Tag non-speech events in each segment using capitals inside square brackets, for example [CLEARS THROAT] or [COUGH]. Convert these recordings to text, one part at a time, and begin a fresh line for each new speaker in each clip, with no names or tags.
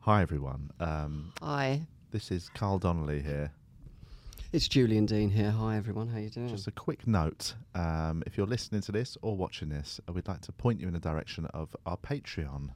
Hi, everyone. Um,
Hi,
this is Carl Donnelly here.
it's Julian Dean here. Hi everyone, how you doing?
Just a quick note um, if you're listening to this or watching this, uh, we'd like to point you in the direction of our Patreon.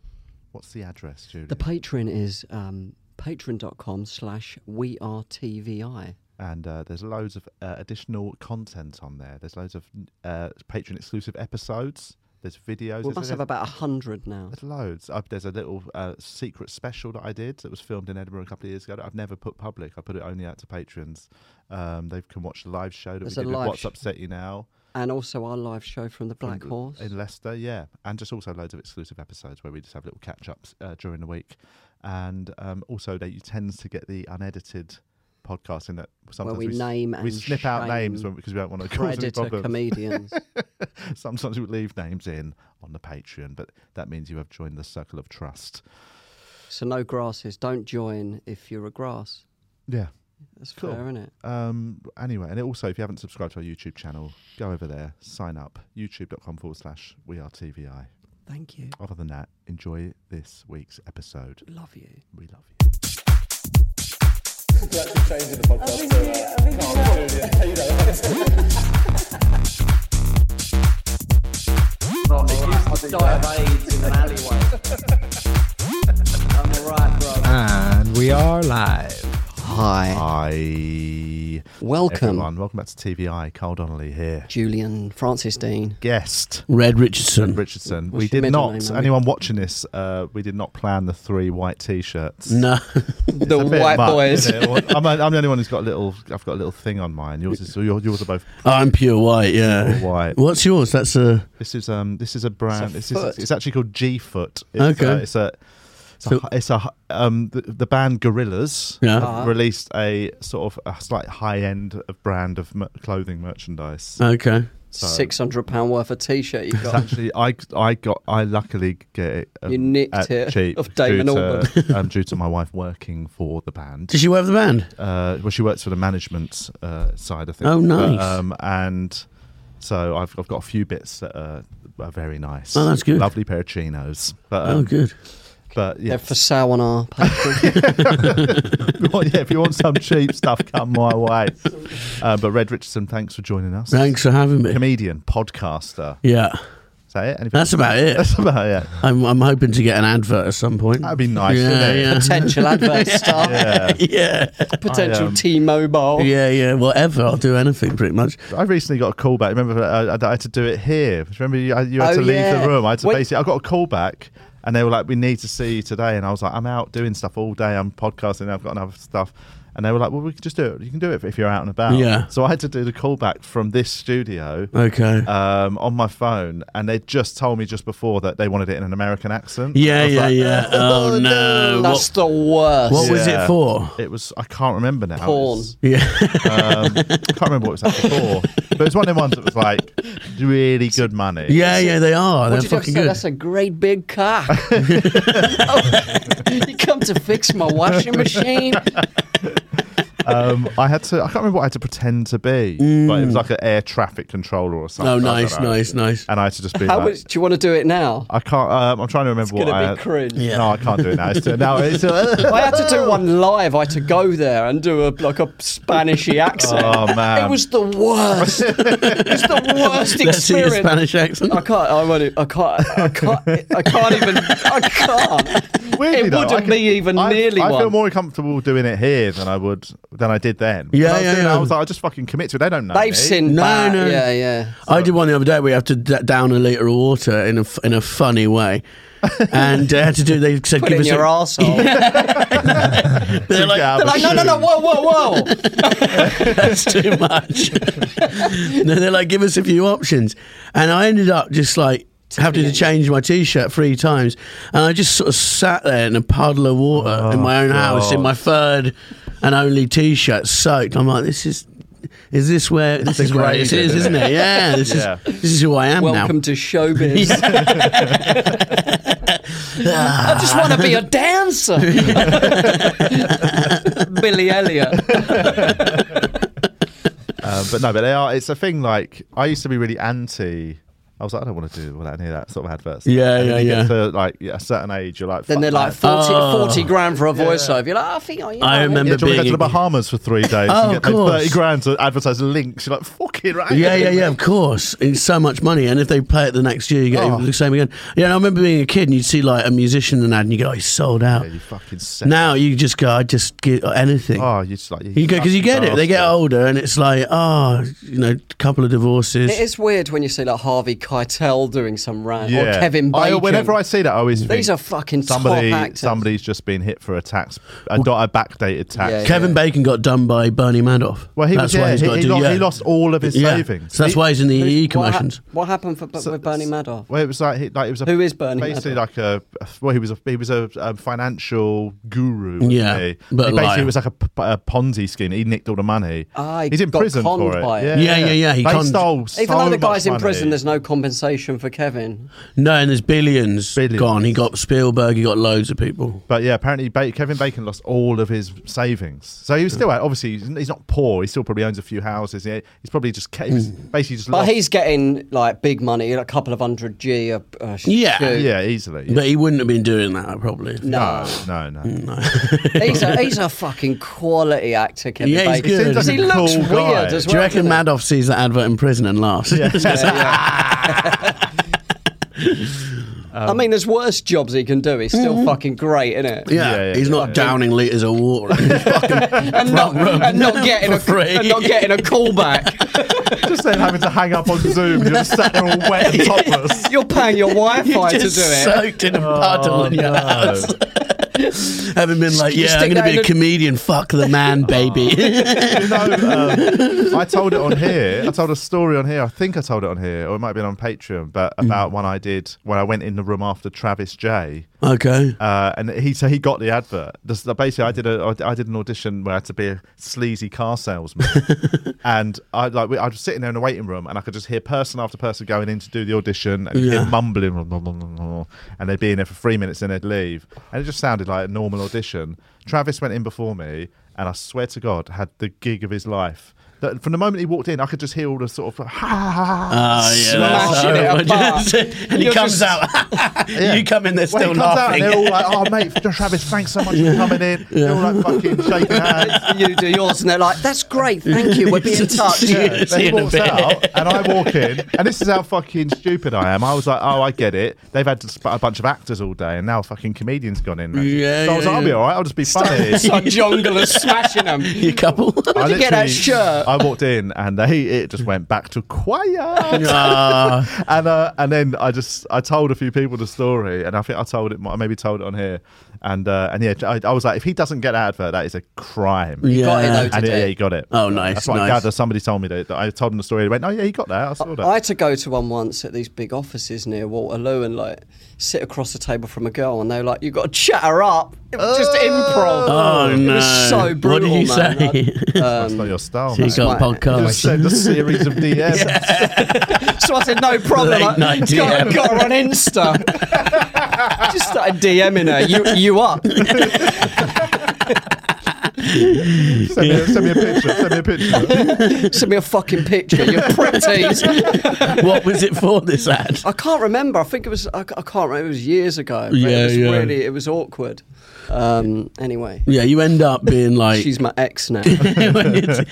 What's the address, Julie?
the patron is um, patron.com slash we are TVI.
and uh, there's loads of uh, additional content on there. There's loads of uh, Patreon exclusive episodes, there's videos.
We
there's-
must have about a hundred now.
There's loads. Uh, there's a little uh, secret special that I did that was filmed in Edinburgh a couple of years ago that I've never put public. I put it only out to patrons. Um, they can watch the live show that
There's
we
a
did with
live
What's
sh-
Upset You Now
And also our live show from the Black
from-
Horse.
in Leicester, yeah, and just also loads of exclusive episodes where we just have little catch ups uh, during the week, and um, also that you tend to get the unedited podcast in that sometimes
where we,
s-
name
we
and
snip out names
shame
when, because we don't want to cause any
predator
problems.
comedians.
[LAUGHS] Sometimes we leave names in on the Patreon, but that means you have joined the circle of trust.
so no grasses. Don't join if you're a grass.
Yeah.
That's
Cool.
fair, isn't it?
Um, anyway, and also if you haven't subscribed to our YouTube channel, go over there, sign up, youtube.com forward slash we are TVI.
Thank you.
Other than that, enjoy this week's episode.
Love you.
We love you.
die of AIDS in an
[LAUGHS]
alleyway. I'm alright, bro.
And we are live.
Hi.
Hi,
Welcome,
everyone. Welcome back to TVI. Carl Donnelly here.
Julian Francis Dean.
Guest
Red Richardson. [LAUGHS]
Richardson.
Hmm. What's
we
your
did
middle
not.
name, Ollie?
anyone watching this, uh, we did not plan the three white t-shirts.
No.
It's
the
a bit much, isn't it? Well, I'm, I'm the only one who's got a little. I've got a little thing on mine. Yours is. your- Yours are
[LAUGHS]
both
I'm pure white,
Uh,
yeah.
white.
What's yours? That's a.
This is um this is a brand. This is
foot.
it's actually called G Foot. It's
Okay.
A, it's a it's a,
So-
hi- it's a hi- um the, the band Gorillas
Yeah.
Ah.
released a sort of a slight high end of brand of mer- clothing merchandise.
Oh, Okay.
So-
[LAUGHS] Six hundred pound worth of t-shirt you
It's
got.
actually I I got I luckily get it. um,
You nicked
at
it
cheap
off Damon
due
Albarn.
to, um, due to my wife working for the band.
Did she wear the band?
Uh, well, she works for the management uh, side of things.
Oh, nice.
um, and so I've I've got a few bits that are, are very nice.
Oh, that's good.
Lovely pair of chinos. But um,
oh, good.
But yeah,
They're for sale on our Patreon.
[LAUGHS] Well, yeah, if you want some cheap stuff, come my way. Uh, but Red Richardson, thanks for joining us.
Thanks for having me.
Comedian, podcaster.
Yeah.
Is that it? Anything-
That's about it.
That's about it.
I'm, I'm hoping to get an advert at some point.
That'd be nice. wouldn't
Yeah,
it? [LAUGHS] Uh,
potential advert star,
Yeah.
[LAUGHS] yeah.
potential
I, um,
T-Mobile.
Yeah, yeah. Whatever. I'll do anything pretty much.
I recently got a call back. Remember, uh, I, I had to do it here. Remember, you, I, you had
Oh,
to leave
yeah.
the room. I had to
Wait.
basically. I got a call back, and they were like, "We need to see you today." And I was like, "I'm out doing stuff all day. I'm podcasting. I've got another stuff." And they were like, "Well, we can just do it. You can do it if you're out and about."
Yeah.
So I had to do the call back from this studio.
Okay.
um, on my phone, and they just told me just before that they wanted it in an American accent. I
yeah,
was
yeah,
like, [LAUGHS]
yeah. Oh, no.
That's
What,
the worst.
what was
Yeah.
it for?
It was I can't remember now. It
Porn.
was-
Yeah.
um, I can't remember what it was like before, but it was one of the ones that was like really good money.
Yeah, [LAUGHS] yeah, they are.
What
They're
did you have to
fucking
say?
good.
That's a great
[LAUGHS]
big cock. [LAUGHS] Oh, you come to fix my washing machine?
Um, I had to. I can't remember what I had to pretend to be, but
Mm.
it was like an air traffic controller or something.
Oh,
I don't
nice,
know. Uh,
nice, nice.
And I had to just be
How
like,
would, do you want to do it now?
I can't. Um, I'm trying to remember what
Gonna
I.
be
had-
cringe.
Yeah.
No, I can't do it now. It's too, now it's uh, too-
[LAUGHS] I had to do one live. I had to go there and do a like a Spanishy accent.
[LAUGHS] Oh, man.
it was the
[LAUGHS]
worst. it was the worst
Um, Let's see your
experience.
Spanish accent.
I can't. I won't. e, I can't. I can't. I can't even. I can't.
Weirdly
it
though, I
wouldn't
can-
be even
I,
nearly
I
one.
feel more comfortable doing it here than I would than I did then.
Yeah,
When I was
yeah,
doing it, I
yeah.
was like, I just fucking commit to it. They don't know. me.
They've seen
No,
bad.
no.
Yeah, yeah.
I did one the other day where you have to d- down a liter of water in a f- in a funny way, and they had to do. They said,
Put
"Give
it in
us
your
a,
arsehole.
[LAUGHS] They're like,
Yeah,
They're
but
like, no, no, no, whoa, whoa, whoa.
[LAUGHS] "That's too much." [LAUGHS] no, they're like, "Give us a few options," and I ended up just like having to change my t-shirt three times, and I just sort of sat there in a puddle of water in my own house in
God.
my third and only t-shirt soaked. I'm like, "This is." Is this where this is where it
degrading,
is,
isn't
isn't it? Yeah, this
Yeah.
is this is who I am
Welcome
now.
to
[LAUGHS]
showbiz. I just want to be a
[LAUGHS]
dancer. Billy Elliot.
Um, but no, but they are. It's a thing. Like I used to be really anti I was like, I don't want to do all that, any of that sort of adverts.
Yeah,
and
yeah,
then you
yeah.
Get to, like yeah, a certain age, you're like,
Then
"Fuck
they're like
that."
40,
Oh.
40 grand for a voiceover. You're like, I think I, you know,
I
what?"
remember
Yeah, do you want to go to the
being-
Bahamas for three days
Oh,
and get
of
paid
course.
30 grand to advertise links? You're like, fucking right.
Yeah, yeah, yeah. Of course, it's so much money, and if they play it the next year, you get
Oh.
the same again. Yeah, and I remember being a kid, and you'd see like a musician and ad, and you go, oh, "He's sold out."
Yeah, you fucking set.
now you just go, "I just get anything."
Oh, you just like.
You go because you get it. They get
bastard.
older, and it's like, oh, you know, a couple of divorces.
It is weird when you see like Harvey Keitel doing some
oh,
rant or Kevin Bacon.
I, whenever I see that, I always
These
think
are fucking top
somebody.
actors.
Somebody's just been hit for a tax, a, do- a backdated tax.
Yeah,
Kevin
yeah.
Bacon got done by Bernie Madoff.
Well, he
that's
was.
why
Yeah,
he's
he,
got
he
to do.
lost,
yeah.
he lost all of his
Yeah.
savings.
So that's
He-
why he's in the E EU
What ha-
commissions.
What happened for, with Bernie Madoff?
Well, it was like he, like it was a,
Who is Bernie
Basically,
Madoff?
like a well, he was a he was a, um financial guru. wasn't
Yeah,
he?
but a
he basically
liar.
it was like a, p- a Ponzi scheme. He nicked all the money.
Ah, he
he's in
got
prison
conned
for it.
by it.
Yeah, yeah, yeah, he
they
conned-
stole
Even
so
though the
much
guy's in
money.
prison, there's no compensation for Kevin.
No, and there's billions,
Billions.
gone. He got Spielberg. He got loads of people.
But yeah, apparently ba- Kevin Bacon lost all of his savings, so he was still out. Obviously, he's he's not poor. He still probably owns a few houses. He- He's probably just ca- he was basically just.
Hmm. But
lost.
he's getting like big money, a couple of hundred G a, a
Yeah.
shoot.
yeah, easily.
But he wouldn't have been doing that probably.
No,
no, no.
[LAUGHS]
no.
he's a he's a fucking quality actor, Kevin
Yeah, he's
Bacon.
good.
Seems like
he
a
looks
cool
weird
guy.
as
Do
well.
you reckon
doesn't [LAUGHS] he?
Madoff sees that advert in prison and laughs? [LAUGHS]
I mean, there's worse jobs he can do. He's still
Mm-hmm.
fucking great, isn't it?
Yeah,
Yeah, yeah,
he's not downing litres of [LAUGHS] water.
And, not, and not getting a
For [LAUGHS] free.
and not getting a callback.
[LAUGHS] just then having to hang up on Zoom. You're just sat there all wet
[LAUGHS]
and topless.
You're paying
[LAUGHS]
your Wi-Fi to do it.
Just soaked in a puddle in your house. [LAUGHS] Having been like,
Stick
yeah, I'm going to
that
be
in
a
a-
comedian. Fuck the man, baby.
you know, [LAUGHS] um, I told it on here. I told a story on here. I think I told it on here, or it might have been on Patreon, but about when I did when I went in the room after Travis J.
[LAUGHS] okay.
Uh, and he so he got the advert. This- basically, I did a I did an audition where I had to be a sleazy car
[LAUGHS]
salesman, and I like we- I was sitting there in the waiting room, and I could just hear person after person going in to do the audition, and you
Yeah.
hear mumbling, "Blah, blah, blah, blah, blah," and they'd be in there for three minutes, and they'd leave, and it just sounded like a normal audition. Travis went in before me, and I swear to God, had the gig of his life. That from the moment he walked in, I could just hear all the sort of ha ha ha.
Oh, yeah.
Smashing it
that's-
apart.
[LAUGHS] and he
You're
comes
just-
out. [LAUGHS] you come in there
When
still
he comes out, and
laughing.
they're all like, "Oh, mate, Travis, thanks so
[LAUGHS]
much for coming in." They're all like fucking shaking hands.
You do yours, and they're like, "That's great,
[LAUGHS]
thank you. We'll be in touch."
Yeah.
Then
See
he
you in a
walks
bit.
out, and I walk in, and this is how fucking stupid I am. I was like, "Oh, I get it. They've had to sp- a bunch of actors all day, and now a fucking comedians gone in."
Yeah,
so I was
yeah,
like, "I'll be
yeah.
all right. I'll just be
[LAUGHS]
funny."
It's like jonglers smashing them.
[LAUGHS] you couple.
I
you get
literally-
that shirt?
I walked in, and they it just went back to quiet.
[LAUGHS] Ah.
and uh, and then I just I told a few people the story, and I think I told it, I maybe told it on here, and uh, and yeah, I, I was like, if he doesn't get that advert, that is a crime.
Yeah.
Got it, though,
And yeah,
today.
he got it.
Oh, nice,
That's what I
nice.
gather. Somebody told me that, that I told him the story. They went, oh yeah, he got that. I saw that.
I had to go to one once at these big offices near Waterloo and like sit across the table from a girl and they were like, "You got to chat her up." It was just improv.
Oh,
it
no.
was so
What
brutal.
did you
man.
say?
That's
Um,
not your style.
He
mate.
got a
Right.
[LAUGHS] Just
podcast.
send a series of DMs.
I- [LAUGHS] so I said, "No problem."
Late
I-
night
got,
DM.
got her on Insta. [LAUGHS] just started DMing her. You you up?
Send, me a, send me a picture. Send me a
[LAUGHS]
picture.
Send me a fucking picture. You're pretties.
[LAUGHS] what was it for, this ad?
I can't remember. I think it was. I, ca- I can't remember. It was years ago. But
Yeah,
it was
yeah.
Really, it was awkward. Um, anyway,
Yeah, you end up being like.
she's my ex
[LAUGHS]
now. [LAUGHS]
When you're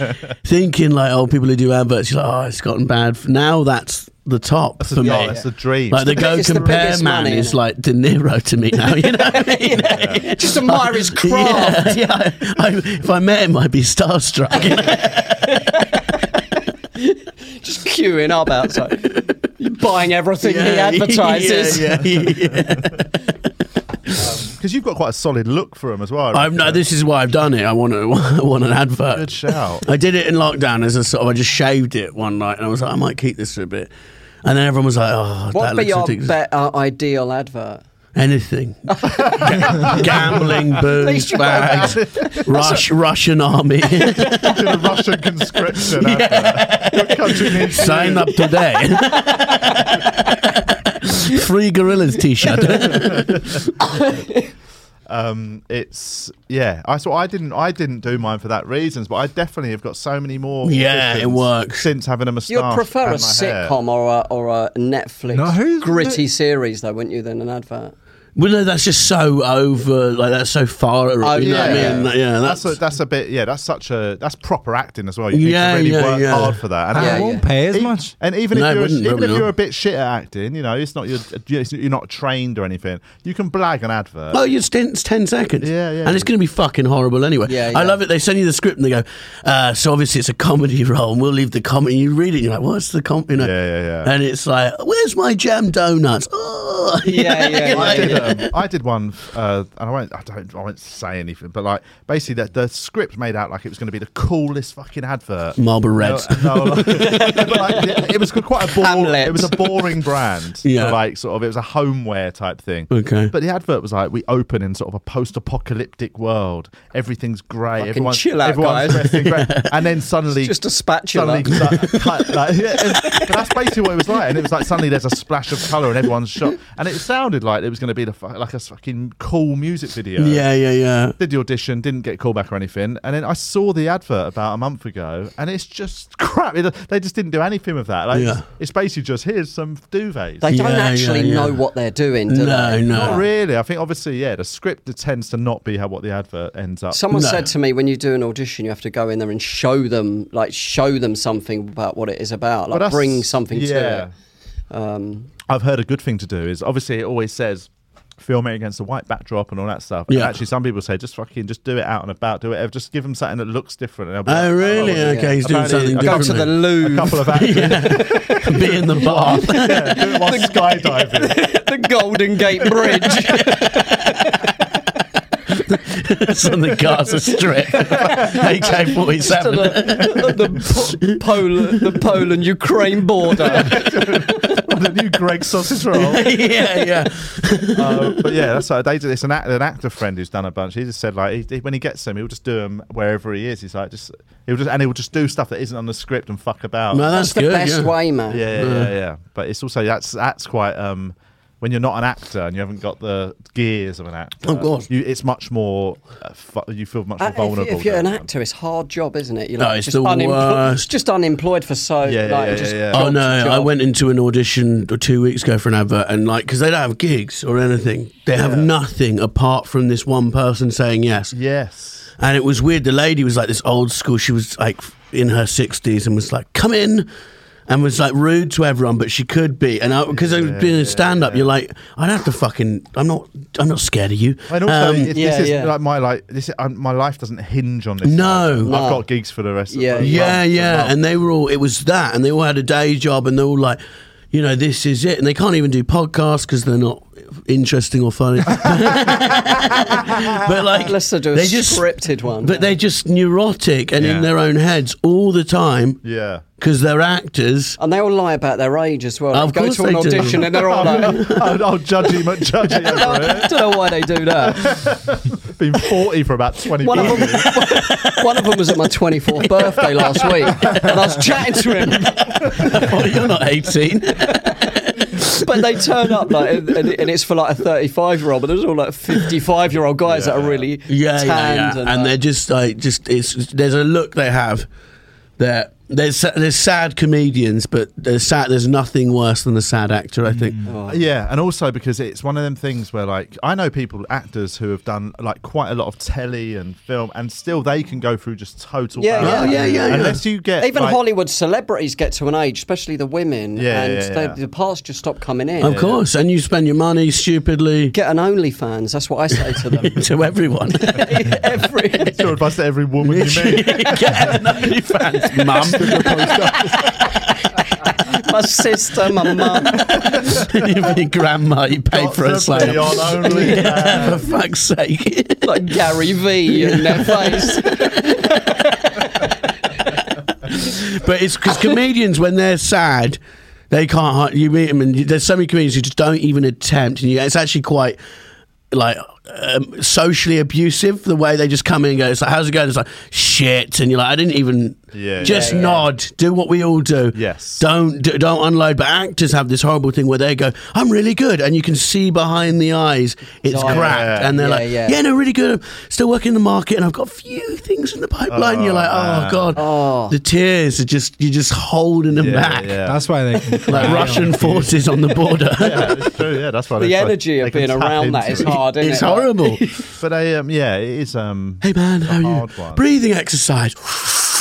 thinking like, oh, people who do adverts, you're like, oh, it's gotten bad. Now that's the top
That's,
for
a,
me.
no, that's a dream.
Like the go
biggest- the
compare
biggest
man
money,
is
isn't it?
like De Niro to me now. You know, what
[LAUGHS]
I [LAUGHS] mean?
Just admire his craft.
yeah, yeah. I, I, if I met him, I'd
[LAUGHS]
be starstruck.
Just queuing up outside. You're buying everything he advertises.
Yeah, yeah, yeah.
[LAUGHS]
[LAUGHS]
because you've got quite a solid look for him as well.
I've, no, this is why I've done it. I want to, I [LAUGHS] want an advert.
good shout.
I did it in lockdown as a sort of. I just shaved it one night, and I was like, I might keep this for a bit. And then everyone was like, "Oh, that
What'd be
looks
your
ridiculous."
bet- uh, ideal advert? [LAUGHS]
Anything. Gambling,
least
booze,
you got
bags, Rush, Russian
[LAUGHS]
army.
to the Russian
[LAUGHS]
conscription. advert. Your country needs you.
Sign up today. [LAUGHS]
[LAUGHS]
Free gorillas t-shirt.
Um, it's yeah. I so I didn't I didn't do mine for that reasons, but I definitely have got so many more.
Yeah, it
options
works.
since having a
You'd
moustache.
prefer a
and Oh, my hair.
sitcom or a, or a Netflix
No, who's-
gritty series, though, wouldn't you, than an advert?
Well, no, that's just so over. Like that's so far.
Oh,
you know what I
yeah.
mean? That- Yeah, that's.
that's a, that's a bit yeah. That's such a that's proper acting as well. You
Yeah,
need to really
yeah,
work
yeah.
hard for that.
I
Yeah,
won't
yeah.
pay as
e-
much.
And even if
No, it
you're a,
wouldn't,
even
probably
if you're
not.
a bit shit at acting, you know, it's not your you're not trained or anything. You can blag an advert.
Oh, it's ten, it's 10 seconds.
Yeah, yeah.
And it's going to be fucking horrible anyway.
Yeah, yeah.
I love it. They send you the script and they go, uh, so obviously it's a comedy [LAUGHS] role and we'll leave the comedy. You read it and you're like, what's the comedy? You know?
Yeah, yeah, yeah.
And it's like, where's my jam donuts? [LAUGHS] Oh,
Yeah, yeah,
[LAUGHS]
I
yeah.
Like,
did. Um, I did one, uh, and I won't. I don't. I won't say anything. But like, basically, the, the script made out like it was going to be the coolest fucking advert.
Marlboro Reds.
No, no, like- [LAUGHS] but like, it, it was quite a boring.
Hamlet.
It was a boring brand.
[LAUGHS]
Yeah.
For like sort of, it was a homeware type thing.
Okay.
But the advert was like, we open in sort of a post-apocalyptic world. Everything's grey. everyone's
chill out,
everyone's
guys.
dressed in
[LAUGHS]
grey. And then suddenly,
Just a spatula.
Suddenly, like,
[LAUGHS]
cut, like, yeah, and- but that's basically what it was like. And it was like suddenly there's a splash of color and everyone's shot. And it sounded like it was going to be the, fu- like a fucking cool music video.
yeah, yeah, yeah.
Did the audition, didn't get called back or anything, and then I saw the advert about a month ago, and it's just crap. It- They just didn't do anything with that. Like,
Yeah.
it's, it's basically just here's some duvets.
They don't
Yeah, yeah,
actually
yeah.
know what they're doing, do
No,
they?
Not
no.
really. I think obviously, yeah, the script tends to not be how what the advert ends up.
Someone
No.
said to me, when you do an audition, you have to go in there and show them, like, show them something about what it is about,
But
like,
that's-
bring something
yeah.
to it. Um, [LAUGHS]
I've heard a good thing to do is obviously it always says film it against a white backdrop and all that stuff. And
Yeah.
actually, some people say just fucking just do it out and about, do it. Just give them something that looks different. And they'll be like,
Oh, really?
yeah.
Okay, he's doing
Apparently-
something
I go
go
different.
to the
then.
A
loo.
couple
[LAUGHS]
of actors [LAUGHS]
Be in the bar. [LAUGHS]
yeah, do it while skydiving. [LAUGHS]
the Golden
[LAUGHS]
Gate Bridge.
it's on the Gaza
[LAUGHS]
Strip. [LAUGHS] AK 47.
the, the, po- Poland, the Poland Ukraine
[LAUGHS]
border.
the new Greg sausage roll.
[LAUGHS] yeah, yeah.
Um, but yeah, that's what they did. It's an, act, an actor friend who's done a bunch. He just said like he, he- when he gets them, he'll just do them wherever he is. He's like just he'll just and he'll just do stuff that isn't on the script and fuck about.
No, that's,
That's the
good.
best
yeah.
way, man.
Yeah, yeah, yeah, yeah. But it's also that's that's quite um when you're not an actor and you haven't got the gears of an actor.
Of course.
you, it's much more uh, fu- you feel much more
Oh, Uh, if-
vulnerable.
if, you're an
don't you?
actor, it's a hard job, isn't it? You're
No,
like
it's
just
the worst.
Just unemployed for so
Yeah,
like,
yeah, yeah,
just
yeah, yeah.
Oh
job to
no! I
job.
went into an audition two weeks ago for an advert, and like, because they don't have gigs or anything, they have nothing apart from this one person saying yes.
Yes.
And it was weird. The lady was like this old school. She was like in her sixties and was like, "Come in," and was like rude to everyone, but she could be. And because I've been in stand up, you're like, I don't have to fucking. I'm not. I'm not scared of you.
And also,
Um,
it- this
yeah,
is
yeah.
like my like this. is- Um, my life doesn't hinge on this.
No.
I've
No.
got gigs for the rest.
Yeah,
of the
Yeah,
months
yeah. And they were all, it was that. And they all had a day job and they're all like, you know, this is it. And they can't even do podcasts because they're not interesting or funny. [LAUGHS] but like,
Unless they do a scripted one.
But they're just neurotic and
Yeah.
in their own heads all the time
Yeah.
because they're actors. [LAUGHS]
and they all lie about their age as well.
Of
They go
course
to an
they do.
audition and they're
[LAUGHS]
[LAUGHS]
all like,
I'll, I'll judge him, judge him
I
over
don't know why they do that.
it. Been 40 for about 20
One of
years.
them,
[LAUGHS]
one of them was at my 24th birthday last week, and I was chatting to him.
oh, you're not 18.
[LAUGHS]
but they turn up like, and, and, and it's for like a 35 year old, but there's all like 55 year old guys that are really
yeah,
tanned
yeah, yeah. And,
and, like,
they're just like, just, it's, there's a look they have. That there's sa- there's sad comedians, but there's sad. There's nothing worse than a sad actor. I think.
Mm. Uh, Yeah, and also because it's one of them things where like I know people actors who have done like quite a lot of telly and film, and still they can go through just total.
Yeah,
bad.
yeah. Oh, yeah, yeah, yeah.
Unless you get
even
like,
Hollywood celebrities get to an age, especially the women,
Yeah,
and
yeah,
they-
yeah.
the parts just stop coming in.
Of course, and you spend your money stupidly
Get an OnlyFans. That's what I say to them.
[LAUGHS]
[LAUGHS]
[LAUGHS]
to everyone. [LAUGHS]
Every
your advice to every woman you
[LAUGHS]
meet.
Get nobody [LAUGHS] fans, mum.
my sister, my mum.
[LAUGHS] your grandma, you pay for a
Got to be
slab.
on
[LAUGHS]
OnlyFans.
Yeah, for fuck's sake. [LAUGHS]
like Gary V in their face.
but it's because comedians, when they're sad, they can't. hi- You meet them, and you, there's so many comedians who just don't even attempt, and you, it's actually quite like um, socially abusive the way they just come in and go. It's like, how's it going? It's like shit, and you're like, I didn't even.
Yeah,
just
yeah, yeah.
nod. Do what we all do.
Yes.
Don't do, don't unload. But actors have this horrible thing where they go, "I'm really good," and you can see behind the eyes it's
Yeah.
cracked, and they're
Yeah,
like,
yeah.
yeah. no, really good. I'm still working in the market, and I've got a few things in the pipeline."
Oh,
You're like, "Oh
man.
god,
Oh.
the tears are just you're just holding them
Yeah,
back."
yeah.
That's
[LAUGHS]
why they can
Like
cry
Russian
on you.
forces on the border.
[LAUGHS] yeah, [LAUGHS] it's true. Yeah, that's why
The
they try-
energy
they
of
can
being
tap
around that
into
is
it.
hard, isn't
it's
it? Like, [LAUGHS]
horrible.
But they, um, yeah, it is. Um,
hey man, how
a
are
hard
you?
one.
Breathing exercise.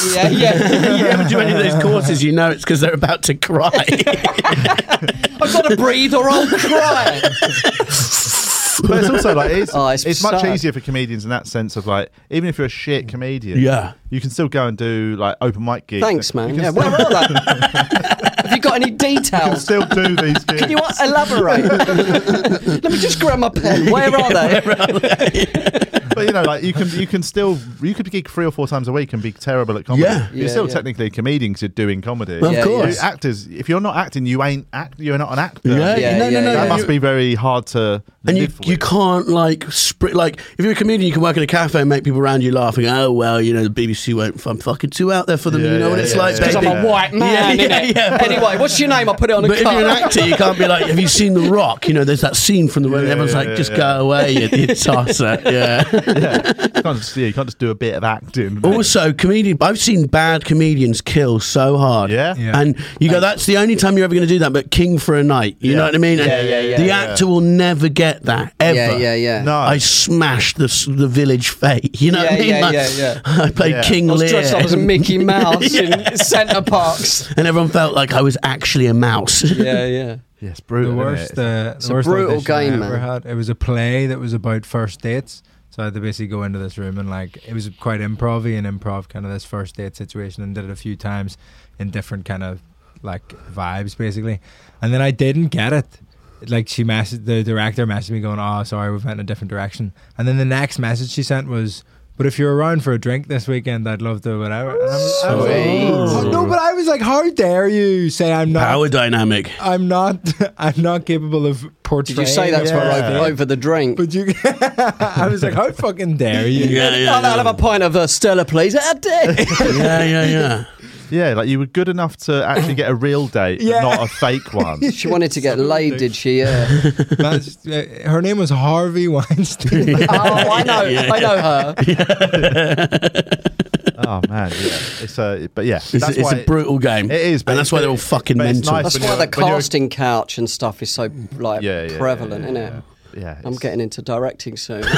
[LAUGHS]
yeah, yeah.
you ever do any of those courses, you know it's because they're about to cry. [LAUGHS]
I've got to breathe or I'll cry.
but it's also like it's,
Oh, it's
it's, much
sad.
easier for comedians in that sense of like even if you're a shit comedian,
Yeah.
you can still go and do like open mic gigs.
[LAUGHS] Thanks,
You
man.
can
Yeah,
still-
where are they? [LAUGHS] Have you got any details?
still do these gigs.
[LAUGHS] Can you uh, elaborate? [LAUGHS] Let me just grab my pen. Where are they?
but you know, like you can you can still you could gig three or four times a week and be terrible at comedy.
Yeah.
you're
Yeah,
still
yeah.
technically a comedian because you're doing comedy.
Well, of Yeah, course.
You actors, if you're not acting, you ain't act. You're not an actor.
Yeah,
Yeah,
no, no,
yeah,
no.
that
yeah.
must be very hard to.
And you,
live
you
with.
can't like spr- like if you're a comedian you can work in a cafe and make people around you laughing. Oh well, you know the BBC won't. I'm fucking too out there for them.
Yeah,
you know what
yeah,
it's
yeah,
like,
yeah.
Because I'm
baby.
a white man,
Yeah, yeah,
innit?
yeah, but-
Anyway, what's your name? I'll put it on a
But if
card.
you're an actor, you can't be like, have you seen The Rock? You know, there's that scene from the where
Yeah,
everyone's
yeah,
like,
yeah,
just
yeah.
go
[LAUGHS]
away, you, you tosser. Yeah.
You can't just yeah, you can't just do a bit of acting.
also, comedian. I've seen bad comedians kill so hard.
Yeah?
Yeah.
And you go, that's the only time you're ever going to do that. But King for a night. You
Yeah.
know what I mean? And
Yeah, yeah, yeah,
the
yeah.
actor will never get that ever.
yeah, yeah, yeah.
no,
I smashed the s- the village fate. You know what I
Yeah,
mean?
yeah,
Like,
yeah, yeah.
[LAUGHS] I played
Yeah.
King
I was
Lear,
dressed up as a Mickey Mouse in Centre Parks.
[LAUGHS] and everyone felt like I was actually a mouse. [LAUGHS]
Yeah, yeah.
yes,
The
brutal. innit?
worst, uh,
a
the worst
brutal
audition I
game,
ever
man.
had. It was a play that was about first dates. So I had to basically go into this room and like it was quite improv and improv kind of this first date situation and did it a few times in different kind of like vibes basically. And then I didn't get it. Like she messaged the director messaged me going, Oh, sorry, we've went in a different direction. And then the next message she sent was but if you're around for a drink this weekend, I'd love to whatever. And I was- I was like,
Sweet.
"Oh, no, but I was like, how dare you say I'm not
Power dynamic.
[LAUGHS]
I'm not. [LAUGHS] I'm not capable of
Did
portraying.
you say that's
Yeah.
for over, over the drink?
But you, [LAUGHS] I was like, how fucking dare you?
[LAUGHS]
Yeah,
Oh, no, I'll have
yeah,
a pint of uh, Stella, please. Ah, dick.
yeah, yeah, yeah, yeah.
Yeah, like you were good enough to actually get a real
[LAUGHS]
date,
Yeah.
but not a fake one.
she wanted to get laid, did she? Yeah.
That's- uh, her name was Harvey Weinstein.
[LAUGHS]
[LAUGHS]
oh,
[LAUGHS]
I know. I know her.
oh man, yeah. It's a but yeah,
It's, a, it's a
it-
brutal game.
It is, but
and that's
it's-
why they're all fucking
but it's
mental.
nice
That's
When
why
you're-
the
when you're-
casting couch and stuff is so like
Yeah, yeah, yeah,
prevalent,
yeah,
innit?
yeah. Yeah,
I'm
it's-
getting into
[LAUGHS]
directing soon. And,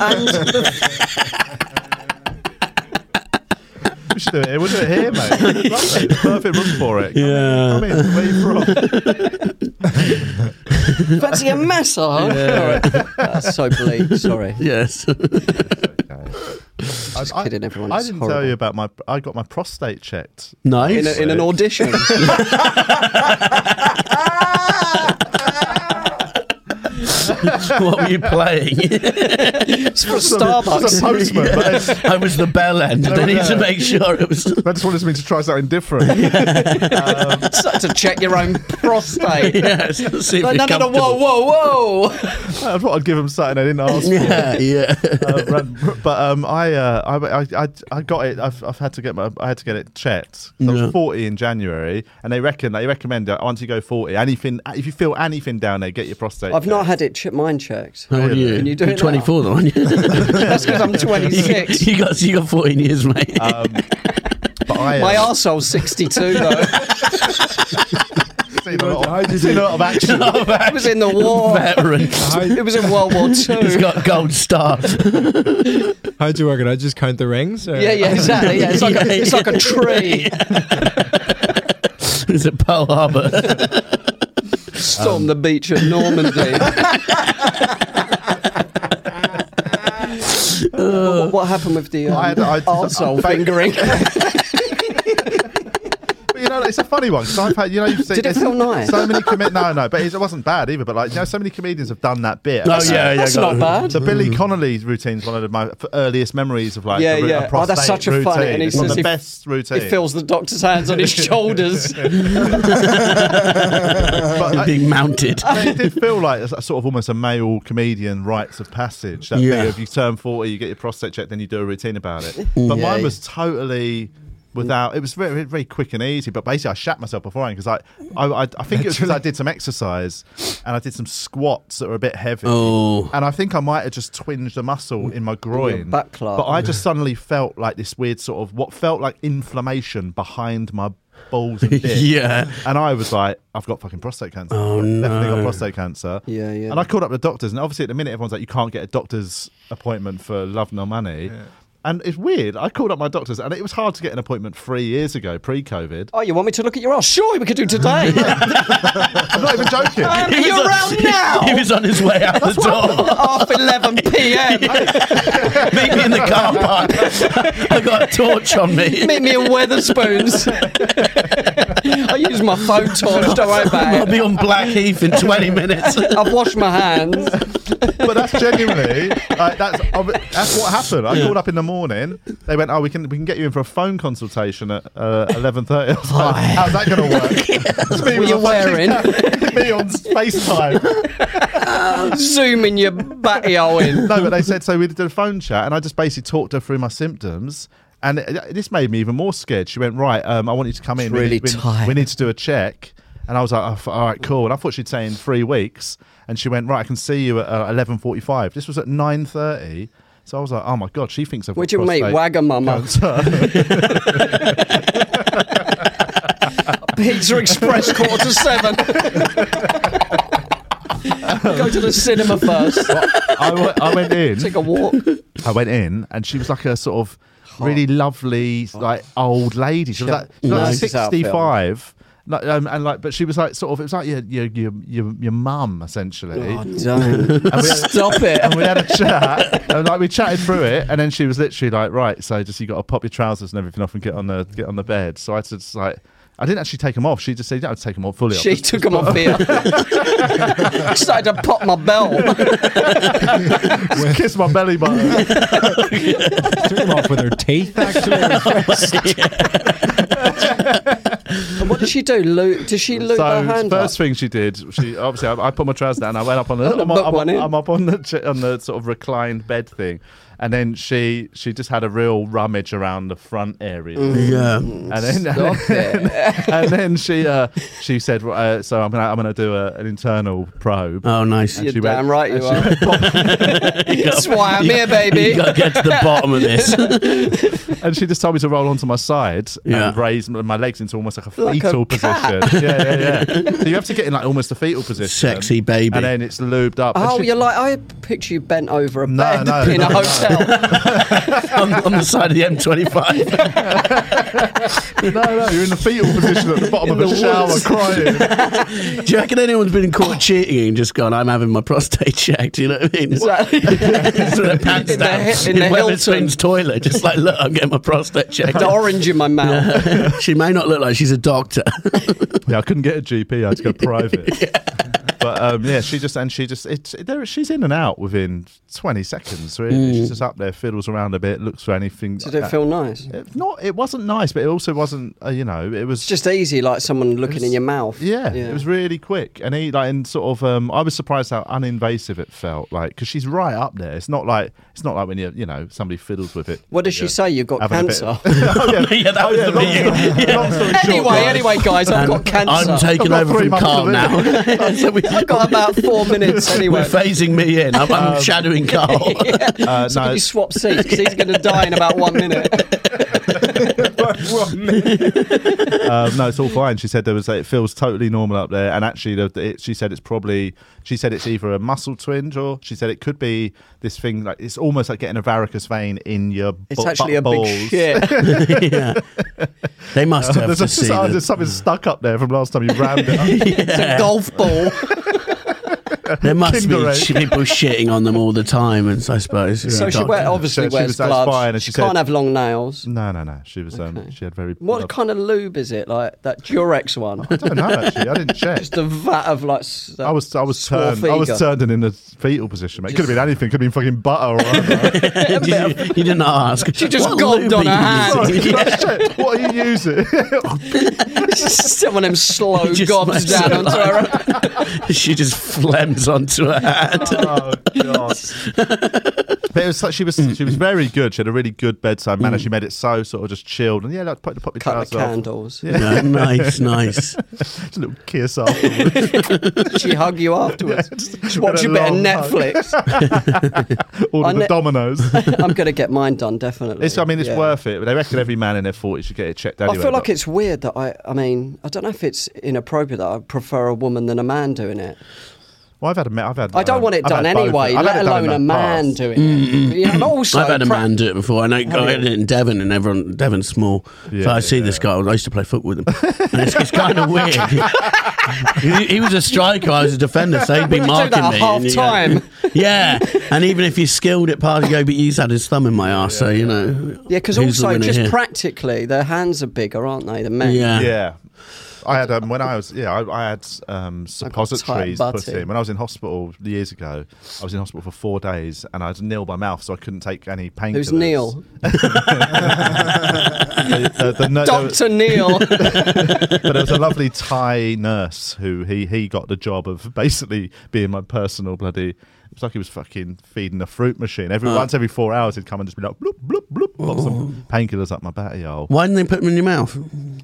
and
We should do it. We'll do it here, mate.
[LAUGHS]
Lovely. Perfect room for it.
Yeah.
Come in. Where you from?
fancy a massage. All right. That's so bleak.
[LAUGHS]
Sorry.
yes. [LAUGHS]
Just
kidding, everyone.
I
It's
didn't tell
horrible.
you about my. I got my prostate checked. [LAUGHS]
nice.
In, a, in an audition.
[LAUGHS] what were
[LAUGHS]
you playing?
it's for
It's a
Starbucks. [LAUGHS]
postman, but it's-
[LAUGHS] I was the bell end. They need to make sure it was. [LAUGHS]
I just wanted me to try something
[LAUGHS]
different.
It's like to check your own
[LAUGHS]
prostate.
yes. See if
Like, no,
you're
no, no, whoa, whoa,
comfortable.
whoa.
I thought I'd give him something I didn't ask
[LAUGHS]
for.
Yeah, yeah.
Uh, ran- but um, I, uh, I, I, I, I got it. I've, I've had to get my, I had to get it checked. I was
Yeah.
forty in January, and they reckon they recommend that once you go forty, anything if you feel anything down there, get your prostate.
I've
checked.
not had it che-
[LAUGHS]
mine checked.
How old are you?
Can you do
You're
it now?
24, though, aren't you? [LAUGHS]
That's because I'm
[LAUGHS]
26.
you, got, you got 14 years, mate.
Oh, But I,
My
uh,
arsehole's 62 though.
seen a lot of, [LAUGHS] seen a lot of
[LAUGHS]
action.
it was in
[LAUGHS]
the war.
Veteran.
It was in World War
[LAUGHS] He's
Two.
got a gold star. [LAUGHS]
How'd you work it? I just count the rings. Or?
Yeah, yeah,
[LAUGHS]
exactly. Yeah, it's like
[LAUGHS]
a, it's like a tree.
Is it Pearl Harbor?
Storm the beach at Normandy. Uh, what, what happened with the um,
I had- I-
arsehole
I-
[LAUGHS] fingering?
But you know, it's a funny one because I've had, you know, you've seen.
Did it
there's
feel nice?
So many commit. No, no, but it's- it wasn't bad either. But like, you know, so many comedians have done that bit.
Oh, yeah, yeah.
That's not
got it.
bad.
The Billy Connolly routine's one of my f- earliest memories of like
Yeah,
a, ru-
yeah.
a
Oh,
prostate
that's such a
routine.
fun- and he
it's one of
says
the
he-
best routine.
He feels the doctor's hands on his shoulders.
But, like,
Being mounted.
[LAUGHS] but it did feel like a sort of almost a male comedian rites of passage. That
Yeah. Mm.
yeah. if you turn forty, you get your prostate checked, then you do a routine about it. But
Yeah.
mine was totally without it was very very quick and easy. But basically, I shat myself beforehand because I, I I I think it was
[LAUGHS]
because I did some exercise and I did some squats that were a bit heavy.
[LAUGHS] Oh.
And I think I might have just twinged a muscle in my groin.
back clot.
But I just suddenly felt like this weird sort of what felt like inflammation behind my balls
[LAUGHS]
and dick.
Yeah.
And I was like, I've got fucking prostate cancer.
Oh,
I've Definitely got
no.
prostate cancer.
Yeah, yeah.
And I called up the doctors, and obviously at the minute everyone's like, you can't get a doctor's appointment for love nor money. And it's weird. I called up my doctors, and it was hard to get an appointment three years ago, pre-COVID.
Oh, you want me to look at your ass? Sure, we could do [LAUGHS] today.
I'm not even joking.
[LAUGHS] Are
He was
you
on- [LAUGHS]
around now?
He was on his way out the door.
[LAUGHS] Half 11 [LAUGHS] p.m.
Meet me in the car park. I got a torch on me.
Meet [LAUGHS] me in Weatherspoons. [LAUGHS] I use my phone torch, don't worry
I'll
about
[LAUGHS] be
it.
on Blackheath in
[LAUGHS]
20 minutes.
I've washed my hands.
but that's genuinely like, that's ob- that's what happened. I called up in the morning. They went, "Oh, we can we can get you in for a phone consultation at uh, eleven thirty. I was like, "How's that going to work?" It's me
What
with
you
a fucking- [LAUGHS] me on FaceTime.
Zooming your batty hole in.
No, but they said so. We did a phone chat, and I just basically talked her through my symptoms. And it- this made me even more scared. She went, "Right, um, I want you to come in. we,
really
need- we-
tight.
we need to do a check." And I was like, oh, f- "All right, cool." And I thought she'd say in three weeks. And she went, "Right, I can see you at uh, eleven forty-five. This was at nine thirty. So I was like, "Oh my god, she thinks I've
Would
got
you meet
prostate [LAUGHS]
Wagamama?
cancer."
[LAUGHS] Pizza Express quarter to seven. [LAUGHS] Go to the cinema first.
I, w- I went
Take
in.
a walk.
I went in, and she was like a sort of really lovely, like old lady. She was like, she was like
Nice.
sixty-five. Like, um, and like, but she was like sort of. It was like your your your your, your mum essentially. And we had-
Stop it.
[LAUGHS] and we had a chat, and like we chatted through it, and then she was literally like, "Right, so just you got to pop your trousers and everything off and get on the get on the bed." So I said, just like, I didn't actually take them off. She just said, "Yeah, I'd take them off fully." off."
She took him off
[LAUGHS]
here. Started to pop my belt.
Just kiss my belly button.
Took them off with
[LAUGHS]
her teeth, actually.
And what did she do? Loot? Did she loot
so
her hand?
first
up?
thing she did, she obviously I, I put my trousers down. I went up on the,
the
I'm,
book
up-
one, eh?
I'm up on the ch- on the sort of reclined bed thing, and then she she just had a real rummage around the front area.
Yeah.
And then, and
Mm. Stop it.
[LAUGHS] and then she uh, she said, uh, "So I'm gonna I'm gonna do a, an internal probe."
Oh, nice.
And
You're
she went-
damn right you
and she
are. That's why I'm here, baby.
you got to get to the bottom of
[LAUGHS]
this.
and she just told me to roll onto my side
Yeah.
and raise m- my legs into almost like a
Like a
fetal position. Yeah, yeah,
[LAUGHS]
yeah. so you have to get in like almost a fetal position.
Sexy baby.
And then it's lubed up. And
Oh,
she-
you're like I picture you bent over a
No,
bed
no,
in
no,
a
no. [LAUGHS]
hotel.
on, on the side of the M25.
no, no, [LAUGHS] you're in the fetal position at the bottom of
In
a
the
shower
woods.
[LAUGHS]
crying.
Do you reckon anyone's been caught cheating and just gone, I'm having my prostate [LAUGHS] checked? You know what I mean?
Exactly.
Just with their pants
In the
down
hi- in
in
the
Weatherspoon's toilet. Just like, look, I'm getting my prostate checked.
[LAUGHS] the orange in
[LAUGHS]
my mouth.
[LAUGHS] she may not look like she's a doctor.
yeah, I couldn't get a GP. I had to
[LAUGHS]
go private. But um, yeah, she just and she just it's there. She's in and out within 20 seconds. Really, she's just up there, fiddles around a bit, looks for anything.
Mm. Did it feel nice?
It- not. It wasn't nice, but it also wasn't. Uh, you know, it was
It's just easy, like someone looking in your mouth.
Yeah, it was really quick, and he like and sort of. Um, I was surprised how uninvasive it felt, like because she's right up there. It's not like it's not like when you you know somebody fiddles with it.
what does she
Yeah.
say? You've got
Having a bit- [LAUGHS]
[LAUGHS] cancer.
oh, yeah.
[LAUGHS] yeah, that
Oh,
was
yeah,
the
long
meeting. [LAUGHS]
story- long story short,
anyway,
guys.
anyway, guys, I've got cancer.
I'm
I've
taking
got
over
three
from
months
Carl
of
now.
[LAUGHS]
[LAUGHS] so we,
I've got about four minutes
we're
anyway.
phasing me in. I'm,
Um,
I'm shadowing
[LAUGHS]
Carl.
[LAUGHS]
Uh,
So
no,
can you swap seats? 'Cause he's going to die in about
[LAUGHS]
one minute.
um, no, it's all fine. She said there was it feels totally normal up there, and actually, the, the- it, she said it's probably she said it's either a muscle twinge or she said it could be this thing like it's almost like getting a varicose vein in your.
It's
butt-
actually a
butt
big [LAUGHS]
balls.
shit.
[LAUGHS] yeah. They must have
[LAUGHS] Uh, There's,
to
a-
see
there's
the,
something stuck up there from last time you rammed it. Up. [LAUGHS]
[LAUGHS] It's a golf ball.
There must
Kinder
be
Egg.
sh- people shitting on them all the time, and so I suppose. it's
So
a
she
doctor.
wear, obviously
She- she
wears
was- that's
gloves.
fine, and she
she
said-
can't have long nails.
No, no, no. She was um, she had very
What
uh,
kind of lube is it? Like that Durex one?
[LAUGHS] I don't know actually. I
[LAUGHS]
didn't check.
Just a vat of like. s-
I was I was
Swarf
turned I was
eager. [LAUGHS]
turned and in the fetal position. Mate. It could have been anything. Could have been fucking butter. Or [LAUGHS] whatever.
you, [LAUGHS] you didn't ask.
She just
What
gobbled
lube
on
are
her
you using?
Let's check. What are you using?
[LAUGHS] Some of them slow
[LAUGHS] Just
gobs
messing
down onto her.
[LAUGHS]
[LAUGHS]
[LAUGHS] she just flems onto her hand.
oh god. But it was such, she was
Mm.
she was very good. She had a really good bedside manner. She made it so sort of just chilled and yeah, like put, put your
Cut
trousers
the
off.
candles.
Yeah, nice, nice.
[LAUGHS] Just a little kiss
[LAUGHS]
afterwards.
Did she hug
[LAUGHS]
you afterwards? Just watch
a
a bit of
long hug.
Netflix.
[LAUGHS] All
I
of the
ne- [LAUGHS]
dominoes.
I'm going to get mine done, definitely.
It's, I mean, it's
Yeah.
worth it. They reckon every man in their 40s should get it checked anyway.
I feel like
but-
it's weird that I, I mean, I don't know if it's inappropriate that I prefer a woman than a man doing it.
Well, I've had a ma- I've had.
I don't
um,
want it
I've
done
had both.
anyway,
I've
let
had it done
alone
in
a
the
man
past.
doing it. But, you know, and also,
Mm-hmm. I've had a
pra- Oh,
man do it before, and I, I had it in Devon, and everyone Devon's small, so
Yeah,
I see this guy. I used to play football with
[LAUGHS]
him, and it's, it's kind of weird. [LAUGHS] he, he was a striker, I was a defender, so he'd be
Would you do
marking
that at
me. and you go-
half-time?
[LAUGHS] yeah, and even if you skilled at passing, you go, but he's had his thumb in my ass, so you know.
Yeah, because
who's the
also,
winner
just
here?
practically, their hands are bigger, aren't they, than men?
Yeah.
Yeah. I had um, when I was yeah I, I had um,
got tight
suppositories put
butty.
in when I was in hospital years ago. I was in hospital for four days and I had to kneel by mouth, so I couldn't take any painkillers.
Who's Neil?
The- the-
[LAUGHS]
the nu- there was-
Dr.
[LAUGHS]
Neil.
but there was a lovely Thai nurse who he he got the job of basically being my personal bloody. It was like he was fucking feeding a fruit machine. Every
Uh.
once every four hours, he'd come and just be like bloop bloop bloop, pop
Oh.
some painkillers up my batty hole.
Why didn't they put them in
[LAUGHS]
your mouth?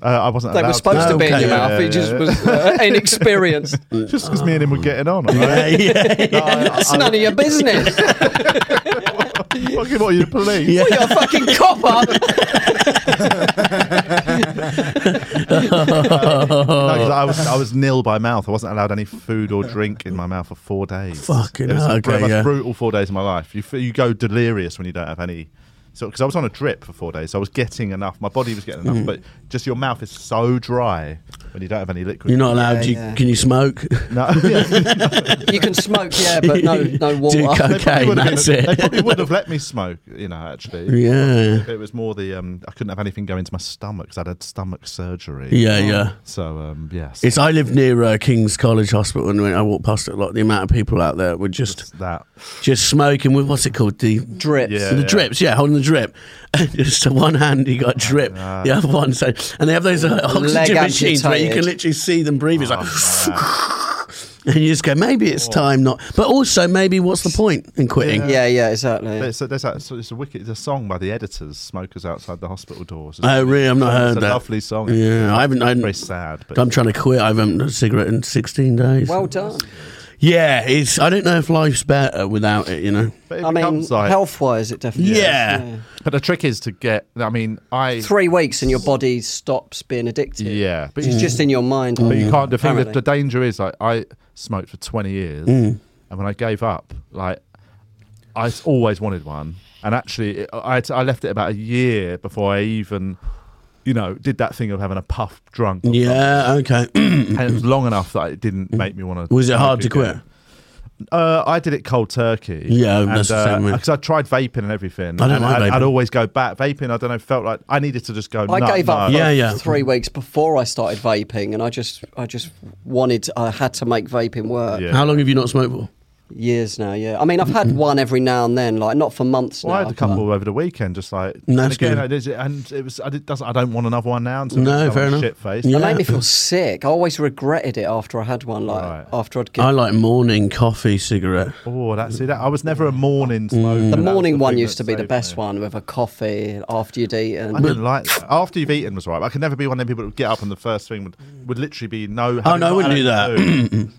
Uh, I wasn't.
They
allowed
were supposed to be in
Okay.
your mouth. He
Yeah,
just Oh.
yeah, [LAUGHS]
was uh, inexperienced.
yeah. just because me and him were getting on.
[LAUGHS]
all right?
Yeah, yeah.
No, I- I-
It's none of your business.
Fucking what are you police?
Yeah.
[LAUGHS] You're a fucking copper.
No,
Uh,
'cause I was I was nil by mouth. I wasn't allowed any food or drink in my mouth for four days.
Fucking
it was
hell,
the br-
okay,
most
yeah.
brutal four days of my life. You f- you go delirious when you don't have any. So because I was on a drip for four days, so I was getting enough. My body was getting enough,
Mm.
but just your mouth is so dry when you don't have any liquid.
You're not allowed.
Yeah,
you,
yeah.
Can you smoke? [LAUGHS]
No. [LAUGHS] Yeah.
You can smoke, yeah, but no, no
Do
water.
coke.
They probably
Okay,
would have been-
that's it.
They probably would have let me smoke. You know, actually.
yeah.
It was more the um, I couldn't have anything go into my stomach because I'd had stomach surgery.
Yeah,
Oh.
yeah.
So um, yes,
It's. I live near uh, King's College Hospital, and when I walk past it a lot, the amount of people out there were just
that.
just smoking with what's it called? The
Drips.
Yeah.
the drips, yeah, holding the drip. [LAUGHS] just to one hand, you got drip. the other one, so and they have those uh, oxygen machines where you
amputated.
can literally see them breathe. It's like, [LAUGHS] and you just go, maybe it's time not. But also, maybe what's the point in quitting?
Yeah, yeah, exactly.
There's a, there's a, so it's a wicked. It's a song by the editors, "Smokers Outside the Hospital Doors." It's,
Oh, really? I've not heard
it's a
that.
lovely song.
Yeah, I haven't. I
very
haven't
sad. But
I'm trying to quit. I haven't had a cigarette in 16 days.
Well done.
yeah, it's. I don't know if life's better without it. You know.
but it
I mean,
becomes like-
health wise, it definitely
Yeah.
is.
But the trick is to get. I mean, I.
Three weeks and your body stops being addicted.
Yeah, but
It's
you,
just in your mind.
but you can't. The, thing, the,
apparently.
the danger is like I smoked for 20 years,
Mm.
and when I gave up, like I s- always wanted one, and actually it, I had to- I left it about a year before I even. You know, did that thing of having a puff drunk. or
Yeah. Okay. [CLEARS THROAT]
something, And it was long enough that it didn't make me want to.
Mm-hmm. Was it hard to quit?
Uh, I did it cold turkey.
Yeah, that's the same way.
Because I tried vaping and everything.
I don't
and
like
I'd,
vaping.
I'd always go back vaping. I don't know. Felt like I needed to just go.
I
"No,
gave up
no."
Yeah,
for
yeah.
three weeks before I started vaping, and I just, I just wanted, I had to make vaping work.
Yeah.
How long have you not smoked for?
Years now, yeah. I mean, I've had one every now and then, like not for months
Well, I
now.
had a couple over the weekend, just like
No,
and
that's
again,
good.
I did it, and it was. I did, doesn't. I don't want another one now. Until
No, fair enough.
Shit face.
Yeah.
It made me feel sick. I always regretted it after I had one, like
Right.
after I'd
I
given.
like morning coffee cigarette.
Oh, that see that. I was never a morning
Mm.
smoker.
The
That was
morning
thing
one
that
used to be the
saved
best
me.
one with a coffee after you'd eaten.
I didn't like that. After you've eaten was right. but I could never be one of them people that would get up and the first thing would, would literally be no. having
Oh, no, I
not
wouldn't
had
do that. [CLEARS THROAT]
any food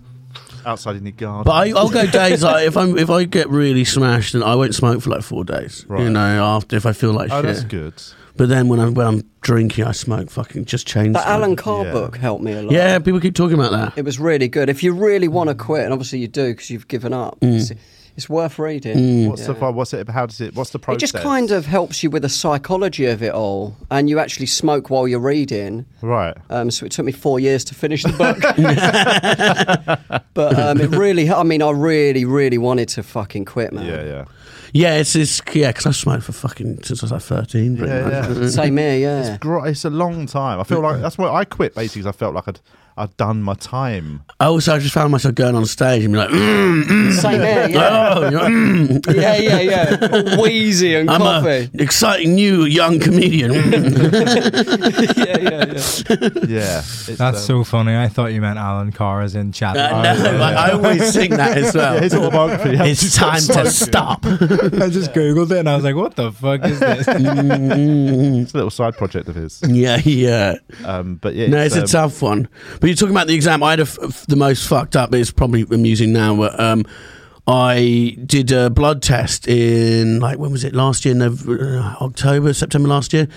outside in your garden.
But I, I'll go days like if I'm if I get really smashed and I won't smoke for like four days. You
Right.
know, after if I feel like
oh,
shit.
that's good.
But then when I'm when I'm drinking, I smoke. Fucking just change.
That Alan Carr
Yeah.
book helped me a lot.
Yeah, people keep talking about that.
It was really good. If you really want to quit, and obviously you do because you've given up,
Mm.
it's, it's worth reading.
What's the
Yeah.
what's it? How does it? What's the
It
Mm. process?
just kind of helps you with the psychology of it all, and you actually smoke while you're reading.
right.
Um, so it took me four years to finish the
[LAUGHS]
book. [LAUGHS] but um, it really, I mean, I really, really wanted to fucking quit, man.
Yeah, yeah.
Yeah, it's it's yeah, 'cause I've smoked for fucking since I was like thirteen. pretty
Yeah,
much.
yeah.
Same here, yeah.
Gro- It's a long time. I feel like that's why I quit basically 'cause I felt like I'd I'd done my time.
I also just found myself going on stage and be like, "Mm,
Same
[LAUGHS]
here, yeah.
oh, you know, mm,
yeah, yeah, yeah. All Wheezy and
I'm
coffee.
a exciting new young comedian. [LAUGHS]
Oh,
Mm. [LAUGHS]
yeah, yeah, yeah.
Yeah, it's,
[LAUGHS] That's
um,
so funny. I thought you meant Alan Carr as in chat.
[LAUGHS]
Uh, no, I always sing that as well. [LAUGHS]
Yeah, his autobiography.
it's time to stop.
[LAUGHS] I just googled it and I was like, "What the fuck is
[LAUGHS]
this?"
Mm,
[LAUGHS] It's a little side project of his.
[LAUGHS] yeah, uh, yeah.
Um, but yeah,
No, it's
um,
a tough one. But you're talking about the exam. I had a f- f- the most fucked up. It's probably amusing now, but um, I did a blood test in like when was it last year? Nov- uh, October, September last year.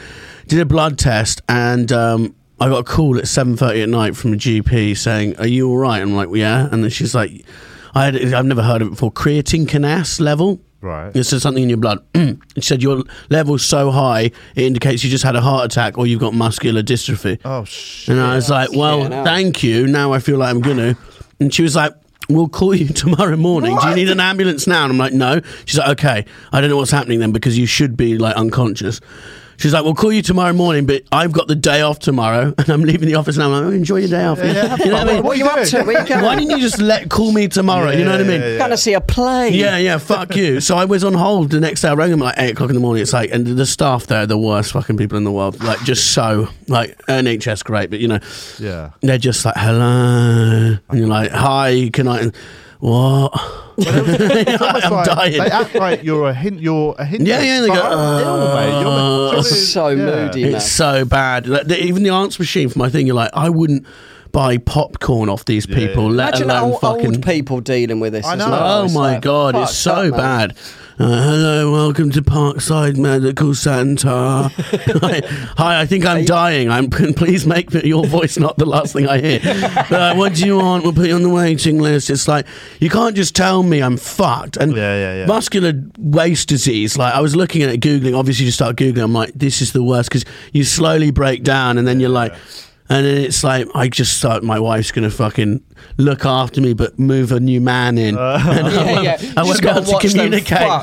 Did a blood test and. Um, I got a call at seven thirty at night from a GP saying, "Are you all right?" I'm like, "Yeah," and then she's like, "I had, I've never heard of it before. Creatine kinase level.
right.
It says something in your blood. [CLEARS THROAT] she said your level's so high it indicates you just had a heart attack or you've got muscular dystrophy.
Oh shit.
And I was like, well,
Yeah, no.
thank you. Now I feel like I'm going to. And she was like, we'll call you [LAUGHS] tomorrow morning. Do you need an ambulance now? And I'm like, no. She's like, okay. I don't know what's happening then because you should be like unconscious. She's like, we'll call you tomorrow morning, but I've got the day off tomorrow [LAUGHS] and I'm leaving the office now. I'm like, oh, enjoy your day off.
Yeah,
[LAUGHS] You know what I mean?
What are you up to? Where you
Why
going?
didn't you just let call me tomorrow? you know what I mean?
yeah.
Going to see a play.
Yeah, yeah, fuck you. So I was on hold the next day. I rang them like eight o'clock in the morning. It's like, and the staff there, are the worst fucking people in the world. Like, just so like NHS great, but you know, [LAUGHS]
Yeah.
they're just like hello, and you're like hi, can I? What? [LAUGHS] I'm
Like,
dying.
They act like you're a hint. You're a hint.
Yeah, yeah, they go, "Uh,
Ill, mate. You're,
That's so moody.
It's so bad. Like, the- even the answer machine for my thing, you're like, I wouldn't buy popcorn off these
Yeah.
people, let
Imagine
alone
old,
fucking
old people dealing with this.
I
as
know.
well.
Oh
It's
my
like,
god, it's
fucked
so
up, man.
bad. Uh, hello, welcome to Parkside
[LAUGHS]
Medical Center. hi, hi, I think I'm dying. I'm [LAUGHS] please make your voice not the last thing
[LAUGHS]
I hear. Uh, what do you want? We'll put you on the waiting list. It's like you can't just tell me I'm fucked. And
Yeah, yeah, yeah.
muscular waist disease. Like I was looking at it, googling. Obviously, you start googling. I'm like, this is the worst because you slowly break down, and then you're like. And then it's like I just thought my wife's gonna fucking look after me, but move a new
[LAUGHS]
man in, and I
Yeah,
won't,
yeah.
[LAUGHS] I
You
won't
just
be
gotta
able to
watch them fuck.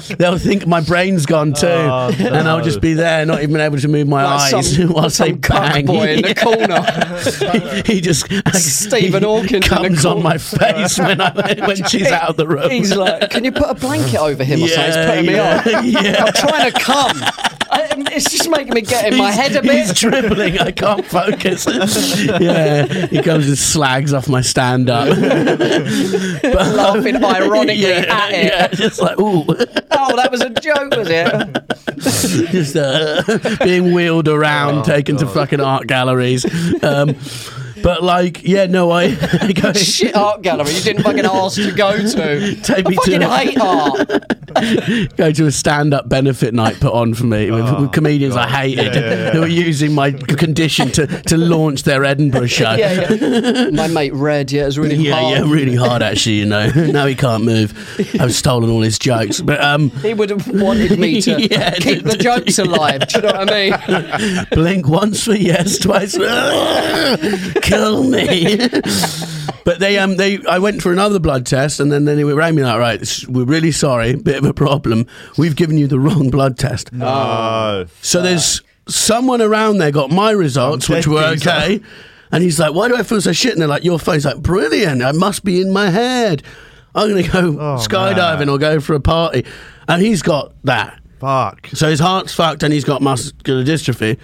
communicate. They'll think my brain's gone too,
Oh,
and I'll
no.
just be there, not even able to move my
Like
eyes [LAUGHS]
some,
while they
some
bang.
cock boy in the corner.
[LAUGHS] Yeah. he just
Stephen
he
Hawking in the
comes on
corner.
my face when I when she's out of the room.
He's
[LAUGHS]
like, can you put a blanket over him or something? It's putting me
yeah,
off. [LAUGHS]
yeah.
I'm trying to come. I- It's just making me get in my
He's-
head a
He's
bit.
dribbling. I
[LAUGHS]
can't focus. yeah, he comes and slags off my stand up.
laughing ironically
[LAUGHS] yeah,
at it.
yeah, just like ooh,
Oh, that was a joke, was it?
[LAUGHS] just uh, being wheeled around,
Oh,
taken to fucking art galleries. Um, but like, yeah, no, I, [LAUGHS] I
[LAUGHS]
go.
Shit art gallery you didn't fucking ask to go to.
[LAUGHS] Take
I
me
fucking
to
hate art.
[LAUGHS] go to a stand-up benefit night put on for me with, with comedians I hated
Oh, Yeah, yeah, yeah.
who were using my condition to, to launch
[LAUGHS]
their Edinburgh show.
Yeah, yeah. My mate Red, yeah, it was really
yeah,
hard.
yeah, really hard actually. You know, [LAUGHS] now he can't move. I've stolen all his jokes, but um,
He would have wanted me to
[LAUGHS] Yeah,
keep
to-
the jokes alive. Do you know what I mean?
blink once for yes, twice. for- [LAUGHS] Kill me. But they, um, they, I went for another blood test, and then, then they rang me like, right, s- we're really sorry, bit of a problem. We've given you the wrong blood test.
Oh,
So there's someone around there got my results,
I'm
which were
taking some.
okay. And he's like, "Why do I feel so shit?" And they're like, "Your phone's like brilliant. I must be in my head. I'm gonna go
Oh,
skydiving
man.
or go for a party." And he's got that.
fuck.
So his heart's fucked, and he's got muscular dystrophy.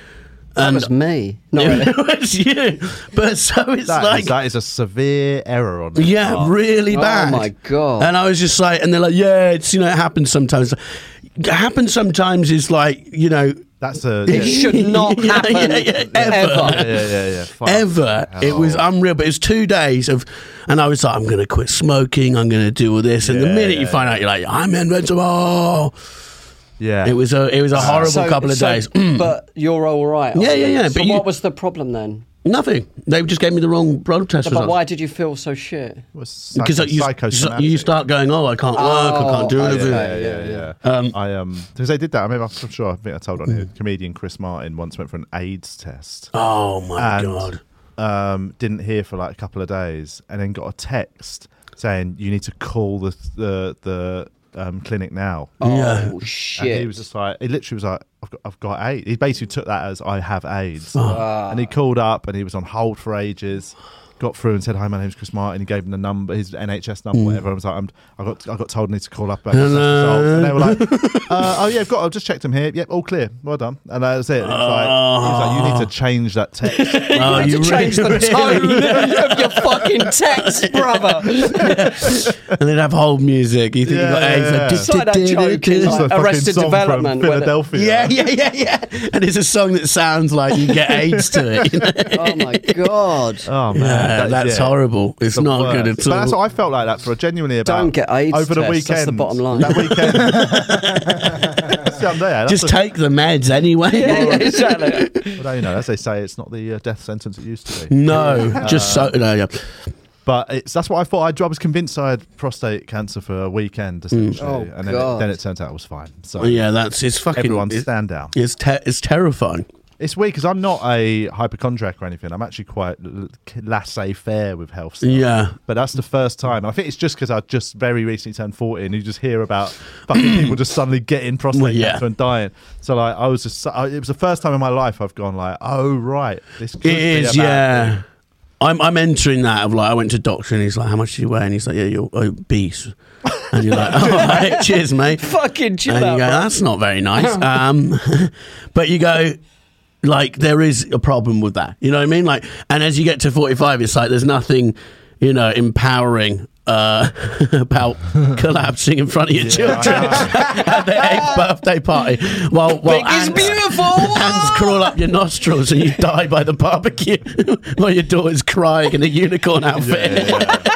That
And
was me. Not really.
[LAUGHS] it's you. But so it's
That is
like
that is a severe error on. their
yeah,
part.
really
Oh
bad.
my God.
And I was just like, and they're like, "Yeah, it's you know, it happens sometimes. It happens sometimes is like you know."
That's a. Yeah,
It
[LAUGHS]
should not
Yeah,
happen
yeah, yeah,
ever.
ever.
yeah, yeah. yeah, fuck.
ever. It was unreal, but it was two days of, and I was like, I'm going to quit smoking. I'm going to do all this. And the
Yeah,
minute you
yeah,
find out, you're like, I'm invincible.
Yeah.
It was a it was [LAUGHS] a horrible
So-
couple of
so-
days. Mm.
but you're all right.
Yeah,
aren't
yeah,
you?
yeah,
So
but you-
what was the problem then?
Nothing. They just gave me the wrong blood test
But
results.
why did you feel so shit?
was
Because
psycho-
like, you,
psychosomatic.
you start going, oh, I can't work. I can't do
Oh, okay.
anything.
yeah, yeah, yeah.
Um, Mm.
I um, because they did that. I remember. I'm sure. I think I told on here. Comedian Chris Martin once went for an AIDS test.
Oh my
and [LAUGHS]
god.
um, didn't hear for like a couple of days, and then got a text saying you need to call the the the um, clinic now.
Yeah.
Oh
And
shit!
he was just like, he literally was like, I've got, I've got AIDS. He basically took that as I have AIDS, and he called up and he was on hold for ages. got through and said, "Hi, my name's Chris Martin." He gave him the number, his NHS
Mm.
number, whatever. I was like, I'm, "I got, I got told I need to call up." About test results. And they were like, uh, "Oh yeah, I've got. I've just checked them here. Yep, all clear. Well done." And that was it. It's like, he was like,
Ah.
"You need to change that text."
Oh,
You
you
change
[LAUGHS] really-
the tone
[LAUGHS]
of your fucking text, brother.
and they'd have hold music. You think
Yeah,
you got
yeah, yeah.
eggs?
So that joke is
It's
like-
[LAUGHS]
a fucking
Arrested
song
Development,
from
where the-
Philadelphia.
yeah, [LAUGHS] yeah, yeah, yeah. And it's a song that sounds like you
[LAUGHS]
get AIDS to it. you know?
Oh my
[LAUGHS]
god.
Oh man,
Yeah,
that-
that's
yeah.
horrible. It's
the
not
worst.
good at all.
But that's what I felt like that for genuinely about.
Don't get AIDS
over the
test,
weekend.
that's the bottom line.
That
[LAUGHS]
weekend. [LAUGHS] See, I'm there. That's
Just
a-
take the meds anyway.
Yeah, yeah, [LAUGHS] exactly.
well, no, you know, as they say, it's not the uh, death sentence it used to be.
[LAUGHS] No, just so no, yeah.
but it's that's what I thought. I'd- I was convinced I had prostate cancer for a weekend essentially,
Oh,
and then it,
God.
then it turns out I was fine. So
Oh, yeah, that's it's fucking.
everyone
it's,
stand down.
it's, te- it's terrifying.
It's weird because I'm not a hypochondriac or anything. I'm actually quite l- laissez faire with health stuff.
Yeah.
But that's the first time. I think it's just because I just very recently turned 40 and you just hear about [CLEARS THROAT] fucking people just suddenly getting prostate
Well, yeah.
cancer and dying. So, like, I was just, so- I, it was the first time in my life I've gone, like, oh, right. This could
It
be
is,
a bad
yeah.
thing.
I'm I'm entering that of like I went to doctor and he's like, how much do you weigh? And he's like, yeah, you're obese. And you're like, [LAUGHS] all right, cheers, mate.
Fucking chill
and you go,
out. bro.
that's not very
[LAUGHS]
nice. Um, [LAUGHS] but you go, like, there is a problem with that. You know what I mean? Like, and as you get to 45, it's like there's nothing, you know, empowering. Uh, [LAUGHS]
[LAUGHS]
about collapsing in front of your children [LAUGHS] at their eighth birthday party, while while
Big is
ants-
beautiful.
[LAUGHS] Ants crawl up your
[LAUGHS]
nostrils and you die by the barbecue [LAUGHS] while your daughter's crying in a unicorn outfit.
Yeah,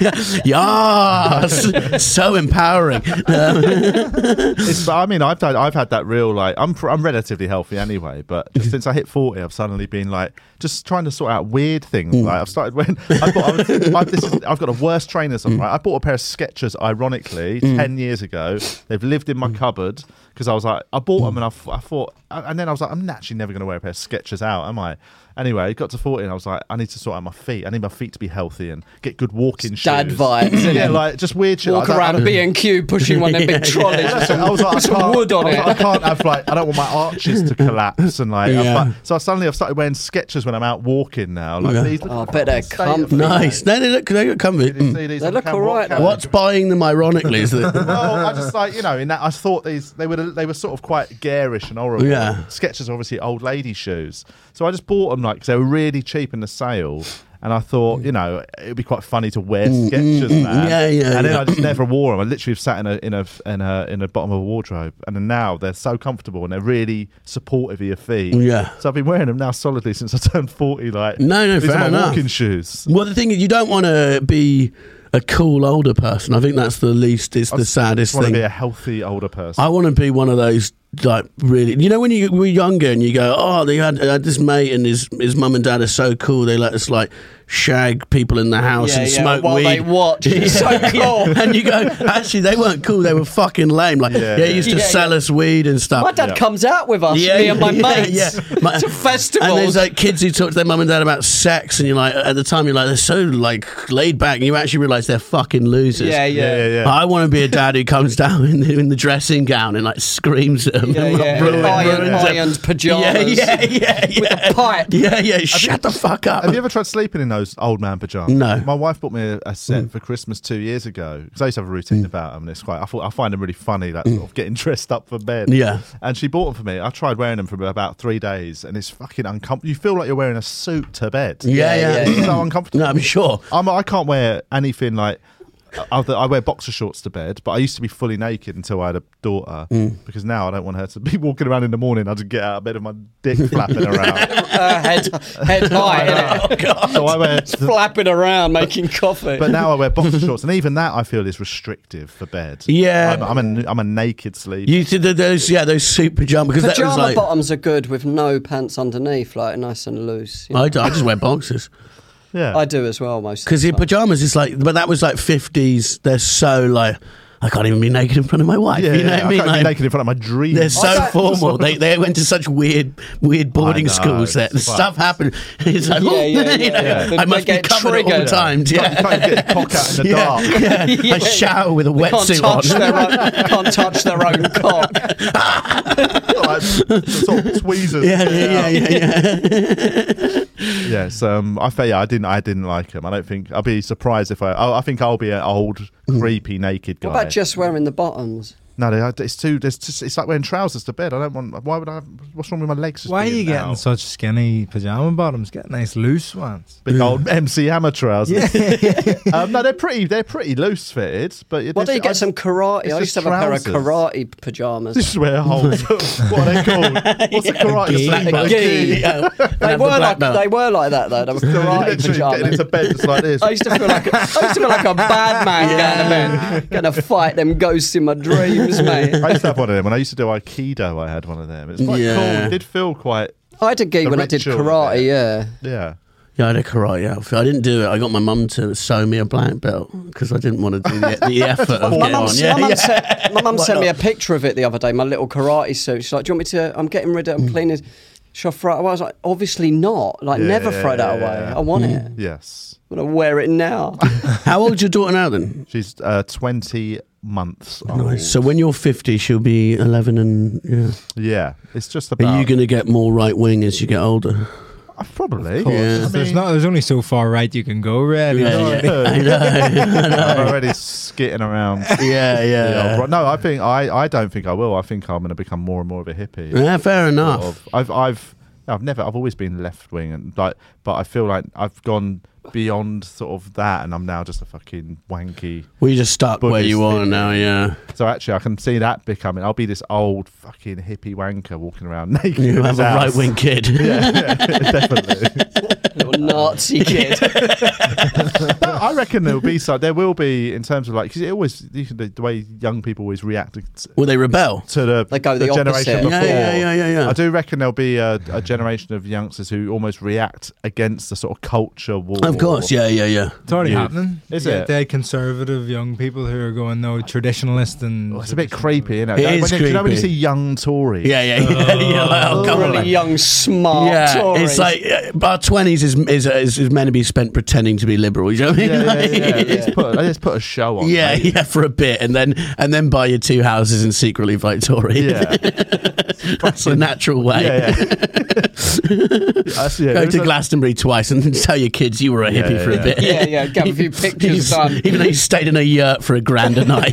yeah, yeah.
[LAUGHS] yes,
[LAUGHS]
so empowering.
It's- but I mean, I've done, I've had that real like I'm pr- I'm relatively healthy anyway,
[LAUGHS]
but just since I hit forty, I've suddenly been like just trying to sort out weird things. Like I've started when [LAUGHS] I bought, I was, I, this is, I've got a worst
Mm.
trainers on. Right, I bought a pair of Skechers ironically ten years ago. They've lived in my
Mm.
cupboard because I was like I bought them and I, f- I thought and then I was like I'm naturally never going to wear a pair of Skechers out, am I? Anyway, it got to forty and I was like I need to sort out my feet. I need my feet to be healthy and get good walking
Dad
shoes.
vibes,
[LAUGHS]
innit?
yeah, like just weird shit.
Walk
I don't- I
around
don't-
B and Q pushing one of them big trolleys
[LAUGHS] yeah, that's
with some,
what- I was like, I
with some
can't-
wood on
I was
it.
like, I can't have like I don't want my arches to collapse and like, I've,
Yeah.
like- so I suddenly I've started wearing sketches when I'm out walking now. Like
Yeah.
these look
Oh, I
like
bet they're
fucking state of
comfy.
them.
Nice. No, they look they look comfy.
You
Mm.
see these
They
on
look
camera,
alright,
what
though.
camera?
What's buying them ironically is that
uh, [LAUGHS] Well, I just like you know. In that, I thought these they were they were sort of quite garish and horrible.
Yeah.
Sketches, obviously, old lady shoes. So I just bought them like 'cause they were really cheap in the sale, and I thought you know it'd be quite funny to wear Sketches,
mm,
man.
yeah, yeah,
And then
yeah.
I just never wore them. I literally have sat in a in a in a in a bottom of a wardrobe, and then now they're so comfortable and they're really supportive of your feet.
Yeah.
So I've been wearing them now solidly since I turned forty. Like
No, no,
these
fair
are my
enough.
walking shoes.
Well, the thing is, you don't want to be a cool older person. I think that's the least. It's the saddest
I want to
thing.
be a healthy older person.
I want to be one of those like really. You know, when you were younger and you go, "Oh, they had, I had this mate and his his mum and dad are so cool. They let us like shag people in the house
Yeah,
and
yeah,
smoke
while
weed
they
[LAUGHS]
watch. It's so cool.
and you go, actually, they weren't cool. They were fucking lame. Like,
Yeah,
yeah,
yeah.
he used to
Yeah,
sell
yeah.
us weed and stuff.
My dad
Yeah.
comes out with us, me and my mates, [LAUGHS]
My-
to festivals.
And there's like kids who talk to their mum and dad about sex, and you're like, at the time, you're like, they're so like laid back, and you actually realise they're fucking losers.
yeah,
yeah,
yeah,
yeah, yeah.
I want to be a dad who comes down in the, in the dressing gown and like screams at them.
Yeah,
and, like,
yeah.
ruin-
Iron-
ruins them.
ironed pajamas
Yeah, yeah, yeah, yeah.
with a pipe.
Yeah, yeah. Shut the fuck up.
Have you ever tried sleeping in those old man pajamas?
No. Mm.
My wife bought me a, a set for Christmas two years ago because I used to have a routine about them. And it's quite, I thought I find them really funny, that sort of getting [LAUGHS] dressed up for bed.
Mm. Yeah.
And she bought them for me. I tried wearing them for about three days, and it's fucking uncomfortable. You feel like you're wearing a suit to bed.
yeah, yeah.
Yeah,
It's so uncomfortable.
No, I'm sure.
I'm, I can't wear anything like. Other, I wear boxer shorts to bed, but I used to be fully naked until I had a daughter
Mm.
because now I don't want her to be [LAUGHS] walking around in the morning. I just get out of bed with my dick
[LAUGHS]
flapping around.
uh, head,
[LAUGHS]
head high, innit?
Oh, God.
So I wear
[LAUGHS] flapping around, making coffee.
[LAUGHS]
But now I wear boxer shorts, and even that I feel is restrictive for bed.
Yeah.
I'm, I'm a n- I'm a naked sleeper.
You did the- those, yeah, those suit pajamas because that was
Pajama
like.
bottoms are good with no pants underneath, like nice and loose. you know.
I, d- I just wear boxers
yeah,
I do as well most.
because
of
your
the time.
pajamas is like, but that was like fifties. They're so like, I can't even be naked in front of my wife.
yeah,
you know
yeah,
what I mean?
can't
Like,
be naked in front of my dreams.
they're so
don't-
formal. They they went to such weird weird boarding
know,
schools that
it's
stuff happened. [LAUGHS] It's like,
Yeah,
oh,
yeah,
you know,
yeah. They-
I must
they
be
get
covered at all
triggered.
times.
You
Yeah,
can't, you can't get cock out in the
[LAUGHS] yeah,
dark.
yeah.
[LAUGHS] Yeah.
I shower with a
can't
wetsuit
touch,
[LAUGHS] on.
their own, can't touch their
[LAUGHS]
own cock.
Like, sort of tweezers.
Yeah, yeah, yeah, yeah, yeah.
yeah. yeah, so um, I feel yeah, I didn't I didn't like him. I don't think I'll be surprised if I. I, I think I'll be an old
Mm.
creepy naked guy.
What about just wearing the bottoms?
no, they- I- it's too. There's just, it's like wearing trousers to bed. I don't want. Why would I? Have, what's wrong with my legs? just
Why are
being
you getting
out?
such skinny pajama bottoms? Get nice loose ones.
big old MC Hammer trousers? um, no, they're pretty. They're pretty loose fitted. But it-
Why don't
I-
you get some karate?
it's
I used
just
to have a pair of
trousers.
karate pajamas.
Just wear holes. what are they called? What's a karate
Gi.
sleeper?
A gi.
Oh, and
They
have
were
the black
like
belt.
they were like that though. They were
You're
karate
literally getting
pajamas.
into bed just like this.
I used to feel like a, I used to feel like
[LAUGHS]
a bad man going to bed, going to fight them ghosts in
[LAUGHS]
my dreams, mate.
I used to have one of them. When I used to do Aikido, I had one of them. It's quite cool.
Yeah.
It did feel quite,
I had a gig
The
when I did
ritual,
karate. Yeah,
yeah.
Yeah, I had a karate outfit. I didn't do it. I got my mum to sew me a black belt because I didn't want to do the,
[LAUGHS]
the effort of
my
getting
mum
on. Yeah,
my mum
yeah.
sent, my mum
Why
sent me a
not?
picture of it the other day. My little karate suit. She's like, "Do you want me to? I'm getting rid of.
Mm.
it. I'm cleaning." Shall I throw it away? I was like, obviously not. Like,
Yeah,
never
yeah,
throw that
yeah,
away.
yeah. Mm.
I want it. I'm
Yes.
gonna wear it now. [LAUGHS]
How old's your daughter now then?
She's uh, 20 months old.
Nice. So when you're 50, she'll be 11 and yeah.
Yeah. It's just
Are
about.
you going to get more right wing as you get older?
Uh, probably.
course. Yeah.
I
There's
mean,
not. There's only so far right you can go, really.
Yeah, yeah.
no.
I know.
I'm already skitting around. [LAUGHS]
yeah,
Yeah,
yeah.
right. No, I think I, I don't think I will. I think I'm going to become more and more of a hippie.
Yeah, fair
sort
enough.
of- I've I've I've never I've always been left wing and like but I feel like I've gone beyond sort of that and I'm now just a fucking wanky.
We just stuck where
Buddhist
you are
thinking. [LAUGHS]
now, yeah.
So actually I can see that becoming I'll be this old fucking hippie wanker walking around [LAUGHS] naked. in
You
his
have a
house. [LAUGHS]
right wing kid.
Yeah, yeah, definitely.
little
[LAUGHS]
Nazi kid.
But [LAUGHS] I reckon there'll be so there will be in terms of like because it always you can, the, the way young people always react to-
Will they rebel?
to the,
They go the
generation
opposite.
before.
oh, Yeah, yeah, yeah, yeah, yeah.
I do reckon there'll be a, a generation of youngsters who almost react against the sort of culture war.
Of course, yeah, yeah, yeah.
It's already
Yeah.
happening.
Is
You get
it?
Dead conservative young people who are going no traditionalist and.
Well, Oh, it's a bit creepy, isn't it?
It
Like,
is
when you- you know when you see
creepy.
young Tories?
Yeah, yeah, yeah. yeah like, oh, come on.
Really young, smart.
Oh,
yeah,
Tories.
it's like uh, our twenties is is, is is meant to be spent pretending to be liberal. You know what I mean?
yeah, yeah,
Like-
yeah,
[LAUGHS]
yeah. Let's put, let's put a show on.
Yeah,
mate.
yeah, for a bit, and then and then buy your two houses and secretly vote Tory. [LAUGHS]
yeah,
that's the natural way. [LAUGHS]
yeah, yeah. That's- yeah,
Go
there's
to
a-
Glastonbury twice and [LAUGHS] tell your kids you were a hippie
yeah,
for a
yeah.
bit.
Yeah, yeah, get a
[LAUGHS]
few pictures done.
Even though you stayed in a yurt for a grand
[LAUGHS]
a night,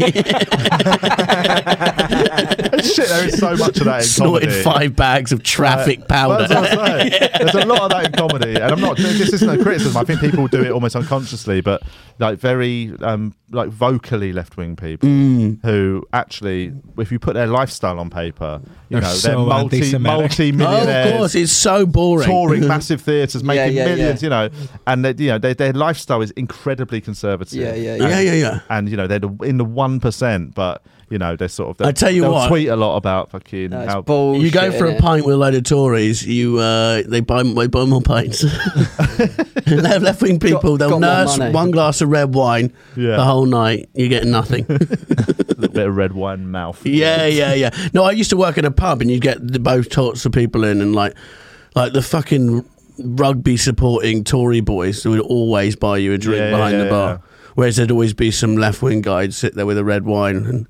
Shit, there is so much of that in
[LAUGHS] [LAUGHS] snorted
comedy.
five bags of traffic
Well, that's
[LAUGHS] powder.
what I'm saying. There's a lot of that in comedy, and I'm not. This isn't a criticism. I think people do it almost unconsciously, but like very, um, like vocally left-wing people
Mm.
who actually, if you put their lifestyle on paper, you
They're
know,
so
they're multi
anti-Semitic.
Oh,
multi-millionaires.
[LAUGHS] of course, it's so boring. [LAUGHS]
touring massive theatres, making
yeah, yeah.
millions, you know, and they, you know they, their lifestyle is incredibly conservative.
Yeah, yeah,
And-
Yeah, yeah, yeah.
And you know they're the, in the one percent, but you know they're sort of. They'll,
I tell you
they'll
what.
tweet a lot about fucking.
No, it's
how,
bullshit,
you go for a
innit?
pint with a load of Tories, you uh, they buy they buy more
[LAUGHS]
pints. [LAUGHS] Left wing people, they'll
got more
nurse
money.
one glass of red wine
Yeah.
the whole night. You get nothing.
a bit of red wine mouth.
[LAUGHS] yeah, yeah, yeah. No, I used to work in a pub, and you'd get the, both sorts of people in, and like like the fucking rugby supporting Tory boys who would always buy you a drink
Yeah, yeah,
behind
yeah,
the bar.
yeah.
Whereas there'd always be some left wing guy who'd sit there with a red wine and,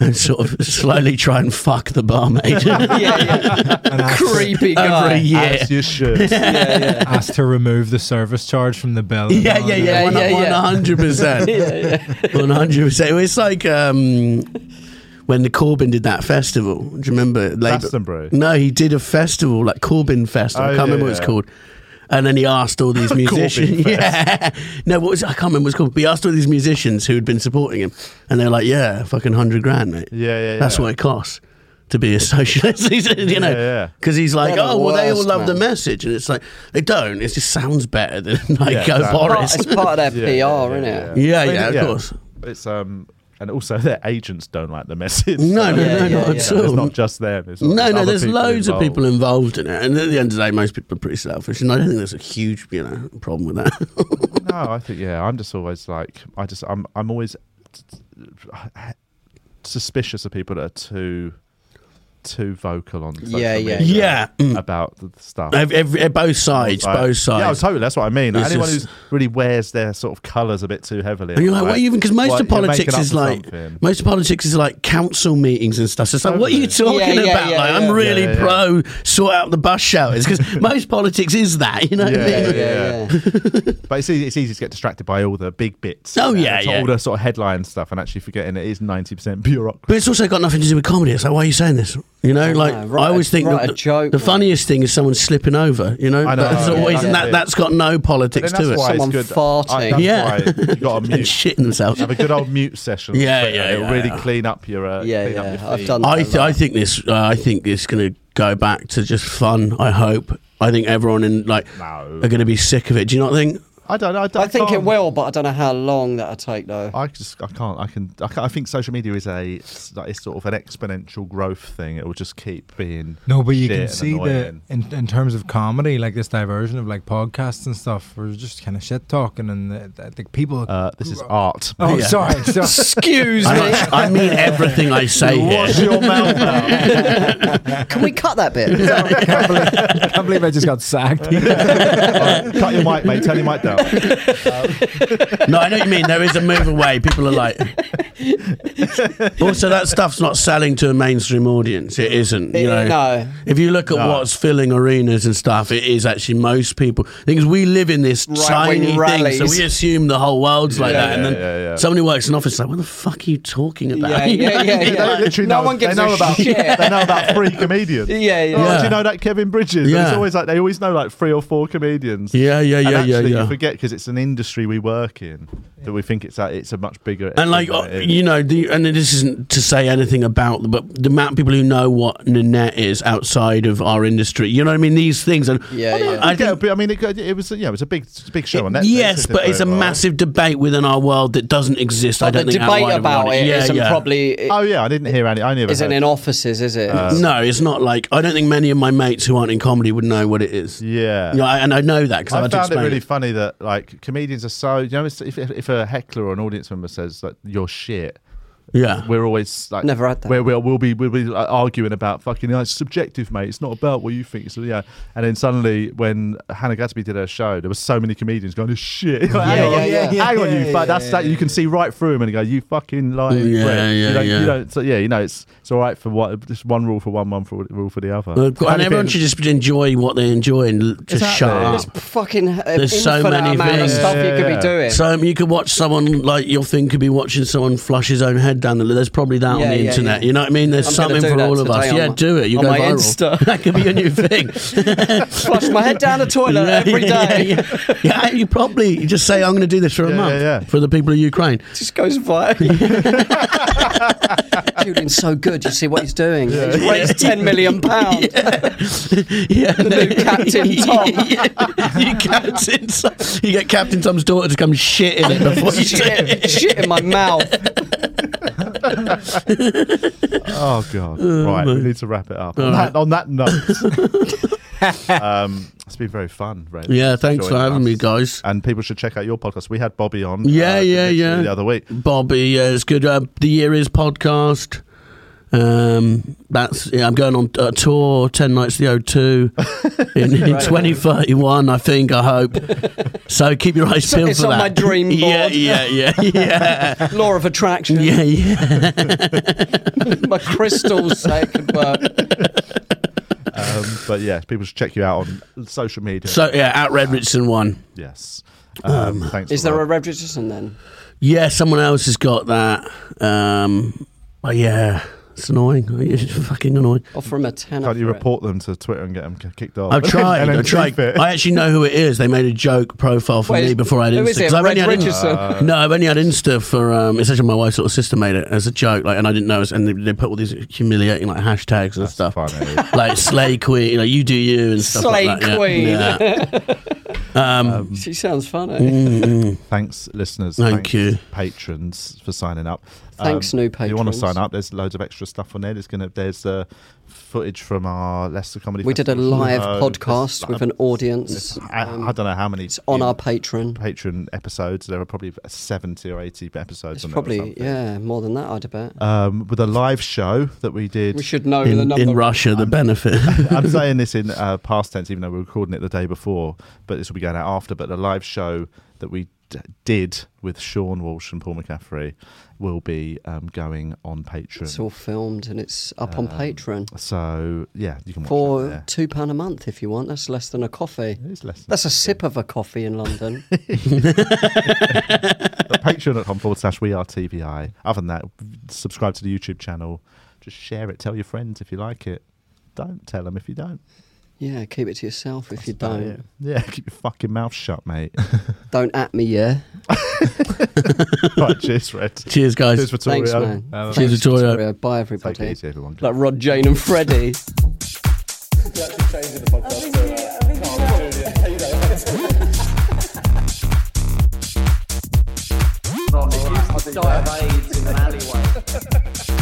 and sort
[LAUGHS]
of slowly try and fuck the barmaid
[LAUGHS]
[LAUGHS]
yeah, [LAUGHS]
And
yeah.
asked,
creepy
every
Oh,
guy.
year.
As you should.
Yeah, yeah.
[LAUGHS] asked to remove the service charge from
[LAUGHS]
the bill.
Yeah,
Yeah,
yeah, yeah, one-
yeah, yeah.
one hundred percent, one hundred percent. It's like um, when the Corbyn did that festival. Do you remember? Labour-
Glastonbury.
No, he did a festival like Corbyn Festival.
Oh,
I can't
yeah,
remember what it's
yeah.
called. And then he asked
[LAUGHS]
all these musicians.
Fest.
Yeah, [LAUGHS] no, what was it? I can't remember what it's called. But he asked all these musicians who had been supporting him, and they're like, "Yeah, fucking hundred grand, mate.
Yeah, yeah, yeah.
That's what it costs." To be a socialist, [LAUGHS] He said, you know,
Yeah, yeah.
because he's like,
They're the
oh, well, they all
worst,
love the
man.
message, and it's like they don't. It just sounds better than [LAUGHS] like
Yeah,
go
exactly.
Part,
Boris.
it's part
[LAUGHS]
of their PR, isn't it?
Yeah,
I mean,
yeah, of course.
It's um, and also [LAUGHS] their agents don't like the message.
No,
So,
no,
Yeah,
no,
yeah,
not
yeah.
at
you know, It's
all.
not just them. It's
[LAUGHS] no, no,
other
there's loads of people
involved.
involved in it, and at the end of the day, most people are pretty selfish, and I don't think there's a huge, you know, problem with that.
No, I think yeah. I'm just always like I just I'm I'm always suspicious of people that are too too vocal on social
Yeah, yeah,
media
yeah. Mm.
about the stuff.
Ev- every- both sides,
Like-
both
Yeah,
sides.
totally. That's what I mean.
It's
Anyone
just-
who really wears their sort of colours a bit too heavily.
and you're like, what are you even? Because most
Well,
of
you're making
politics
up
is
for
like,
something.
most of politics is like council meetings and stuff. So it's like, what are you
Totally.
talking
Yeah, yeah,
about?
yeah,
like,
yeah.
I'm really
Yeah, yeah.
pro sort out the bus shelters
[LAUGHS]
because most politics is that, you know what I
Yeah,
mean?
yeah, yeah. But it's easy, it's easy to get distracted by all the big bits.
Oh,
you know,
yeah,
it's
yeah.
All the sort of headline stuff and actually forgetting it is 90% [LAUGHS] bureaucracy.
But it's also got nothing to do with comedy. It's like, why are you saying this? You know, like
write
I always
a-
think
write
that
a
the,
joke,
the
man.
funniest thing is someone slipping over. You know,
I know,
that's
yeah,
always
that's
and that
it.
that's got no
Then
politics
that's
to it.
why
Someone
it's good.
farting.
that's
Yeah.
why you
[LAUGHS]
got to
and
mute.
shitting themselves.
Have a good old mute session. on
Yeah,
Twitter.
yeah,
It'll
yeah.
really clean up your. Uh,
Yeah,
clean up
yeah,
your
I've
feed.
done
I
that.
th- I think this uh, I think it's going to go back to just fun. I hope. I think everyone in like
No.
are going to be sick of it. Do you not think?
I don't. I, don't,
I think it
can't-
will, but I don't know how long that'll take though.
I just I can't I can I, can't, I think social media is a it's like- it's sort of an exponential growth thing. It will just keep being
No, but you
shit
can
and
see the
annoying.
in, in terms of comedy, like this diversion of like podcasts and stuff, we're just kind of shit talking, and the, the, the people.
uh, this is art.
oh,
yeah.
sorry,
[LAUGHS]
sorry.
[LAUGHS] Excuse
I, I mean everything I say
Wash
here.
your
[LAUGHS]
mouth out.
Can we cut [LAUGHS] that bit?
I can't believe, I can't believe I just got
[LAUGHS]
sacked.
Alright, Cut your mic, mate. Turn your
[LAUGHS]
mic down.
No, I know what you mean. There is a move away. People
[LAUGHS]
are like. also, that stuff's not selling to a mainstream audience. It isn't. You know.
no.
If you look at what's filling arenas and stuff, it is actually most people. Because we live in this
Right-wing
tiny
rallies.
thing, so we assume the whole world's like
Yeah,
that. and
yeah,
then
yeah, yeah.
somebody works in office like, "What the fuck are you talking about?" [LAUGHS]
Yeah,
You know?
yeah, yeah,
They
yeah.
literally
No
know,
one gives
they know
a
about [LAUGHS]
shit.
they know about three comedians.
Yeah, yeah.
Oh,
Yeah.
do you know that Kevin Bridges? And It's
Yeah.
always like they always know like three or four comedians.
Yeah, yeah,
And
yeah, yeah,
actually
yeah.
You forget because it's an industry we work in that we think it's that it's a much bigger.
And like
thing
uh,
than it is.
you know, the, and this isn't to say anything about, but the amount of people who know what Nanette is outside of our industry, you know what I mean? These things, and
Yeah, yeah.
I,
I think
I mean, it, go- it was yeah, it was a big, it's a big show on Netflix.
yes,
It did
but it's a
very well.
massive debate within our world that doesn't exist. I
But
don't
the
think
debate
outside of our
about
world.
it
yeah,
not
yeah.
probably it
Oh yeah, I didn't hear any. I never.
isn't
heard. Uh,
in offices, is it?
no, it's not like I don't think many of my mates who aren't in comedy would know what it is.
Yeah.
You know, I- and I know that because I've
I
had to
found it
explain.
really
it.
funny that like comedians are so you know it's- if, if, if a heckler or an audience member says like you're shit
Yeah,
we're always like
Never had that.
Where we'll, we'll be we'll be like, arguing about fucking you know, it's subjective, mate. It's not about what you think. So yeah, and then suddenly when Hannah Gadsby did her show, there were so many comedians going, "Shit, [LAUGHS] Like, hang
yeah,
on,
yeah,
hang
yeah,
on,
yeah,
you."
yeah,
but that's
yeah,
that you can see right through him and go, "You fucking lying."
Yeah,
prick."
yeah,
you don't,
yeah.
You don't, so yeah, you know it's it's all right for what just one rule for one, one for rule for the other.
and
Anything-
everyone should just enjoy what they enjoy and l- just
Exactly.
shut
It's
up.
There's fucking uh,
There's so
infinite
many
amount
things.
of stuff
Yeah,
you could
yeah.
be doing.
So um, you could watch someone like your thing could be watching someone flush his own head down the. There's probably that on
Yeah,
the
yeah,
internet.
yeah.
You know what I mean? There's
I'm gonna
something
do
for
that
all of us.
today on
yeah,
my-
do it. You
on
go
my
viral.
Insta.
[LAUGHS] that could be your new thing.
[LAUGHS] Flush my head down the [LAUGHS] toilet every day.
Yeah, yeah, yeah. Yeah, you probably you just say I'm going to do this for a
Yeah,
month
yeah, yeah.
for the people of Ukraine.
Just goes
[LAUGHS]
viral. Julian's so good. You see what he's doing. He's raised ten
[LAUGHS]
million pounds.
Yeah, the
new
[LAUGHS]
Captain Tom.
you Captain [LAUGHS] Tom. You get Captain Tom's daughter to come shit in
[LAUGHS]
it before you do it.
shit, shit in my mouth.
Oh god!
Uh,
right, we need to wrap it up. On, that, on that note,
[LAUGHS]
um, it's been very fun. Ray.
Yeah, thanks for
Joining
having
us.
me, guys.
And people should check out your podcast. We had Bobby on. uh,
Yeah, yeah,
literally
yeah.
The other week.
Bobby, uh, it's good. Uh, the Year Is podcast. Um, that's yeah, I'm going on a tour, ten nights
[LAUGHS]
the O2 in, in 2031, I think. I hope. So keep your eyes
So
peeled
it's
for
on
that.
my dream
[LAUGHS] Yeah,
board.
yeah,
[LAUGHS]
yeah, yeah,
Law of attraction.
yeah, yeah.
My crystals say it could work.
Um, but yeah, people should check you out on social media.
So yeah, at Red Richardson one.
yes. Um, thanks.
Is
for
there a
that.
Rev Richardson then?
Yeah, someone else has got that. Um, but yeah, it's annoying. It's fucking annoying.
Offer him a tenner.
Can't you
for it.
report them to Twitter and get them k- kicked off?
[LAUGHS]
I've
[LAUGHS]
tried.
and then
I've tried.
keep it.
I actually know who it is. They made a joke profile for
Wait,
me before I had
who
Insta.
is it?
'cause I've
Red
only had Insta-
Richardson?
no, I've only had Insta for. Um, it's actually my wife's little sister made it as a joke, like, and I didn't know. It, and they, they put all these humiliating like hashtags and stuff,
Funny.
like "slay queen," you know, "you do you" and stuff
Slay
like that.
queen.
Yeah.
[LAUGHS]
Yeah. Um,
She sounds funny.
mm, mm.
Thanks, listeners.
Thank
Thanks,
you.
patrons, for signing up. Um,
Thanks, new
If you want to
patrons.
sign up? There's loads of extra stuff on there. There's gonna there's uh, footage from our Leicester comedy.
We did a
Festival
live
show.
podcast
There's,
with
um,
an audience.
I,
Um,
I don't know how many.
it's on
you-
our Patreon.
Patreon episodes. There are probably seventy or eighty episodes.
It's
on there or
probably
something.
yeah more than that. I'd bet.
Um, with a live show that we did.
we should know the
in,
number.
in Russia, the benefit. [LAUGHS]
I'm saying this in uh, past tense, even though we were recording it the day before, but this will be going out after. But the live show that we d- did with Sean Walsh and Paul McCaffrey will be um, going on Patreon.
It's all filmed and it's up on
Um,
Patreon
So yeah, you can watch that
for
there. Mm,
two pound a month if you want. That's less than a coffee.
It is less than
That's a sip of a coffee in
[LAUGHS]
London.
But Patreon.com forward slash we are TVI. Other than that, subscribe to the YouTube channel. Just share it. Tell your friends if you like it. Don't tell them if you don't.
yeah, keep it to yourself if you
That's about
don't.
it. Yeah, keep your fucking mouth shut, mate. [LAUGHS]
Don't at me, yeah.
right, cheers, Red.
Cheers, guys.
Cheers, Victoria.
Thanks, man.
Uh,
Thanks,
Victoria.
Bye,
Take
everybody.
it easy, everyone.
Like Rod, Jane, and Freddie.
I've been died in an alleyway.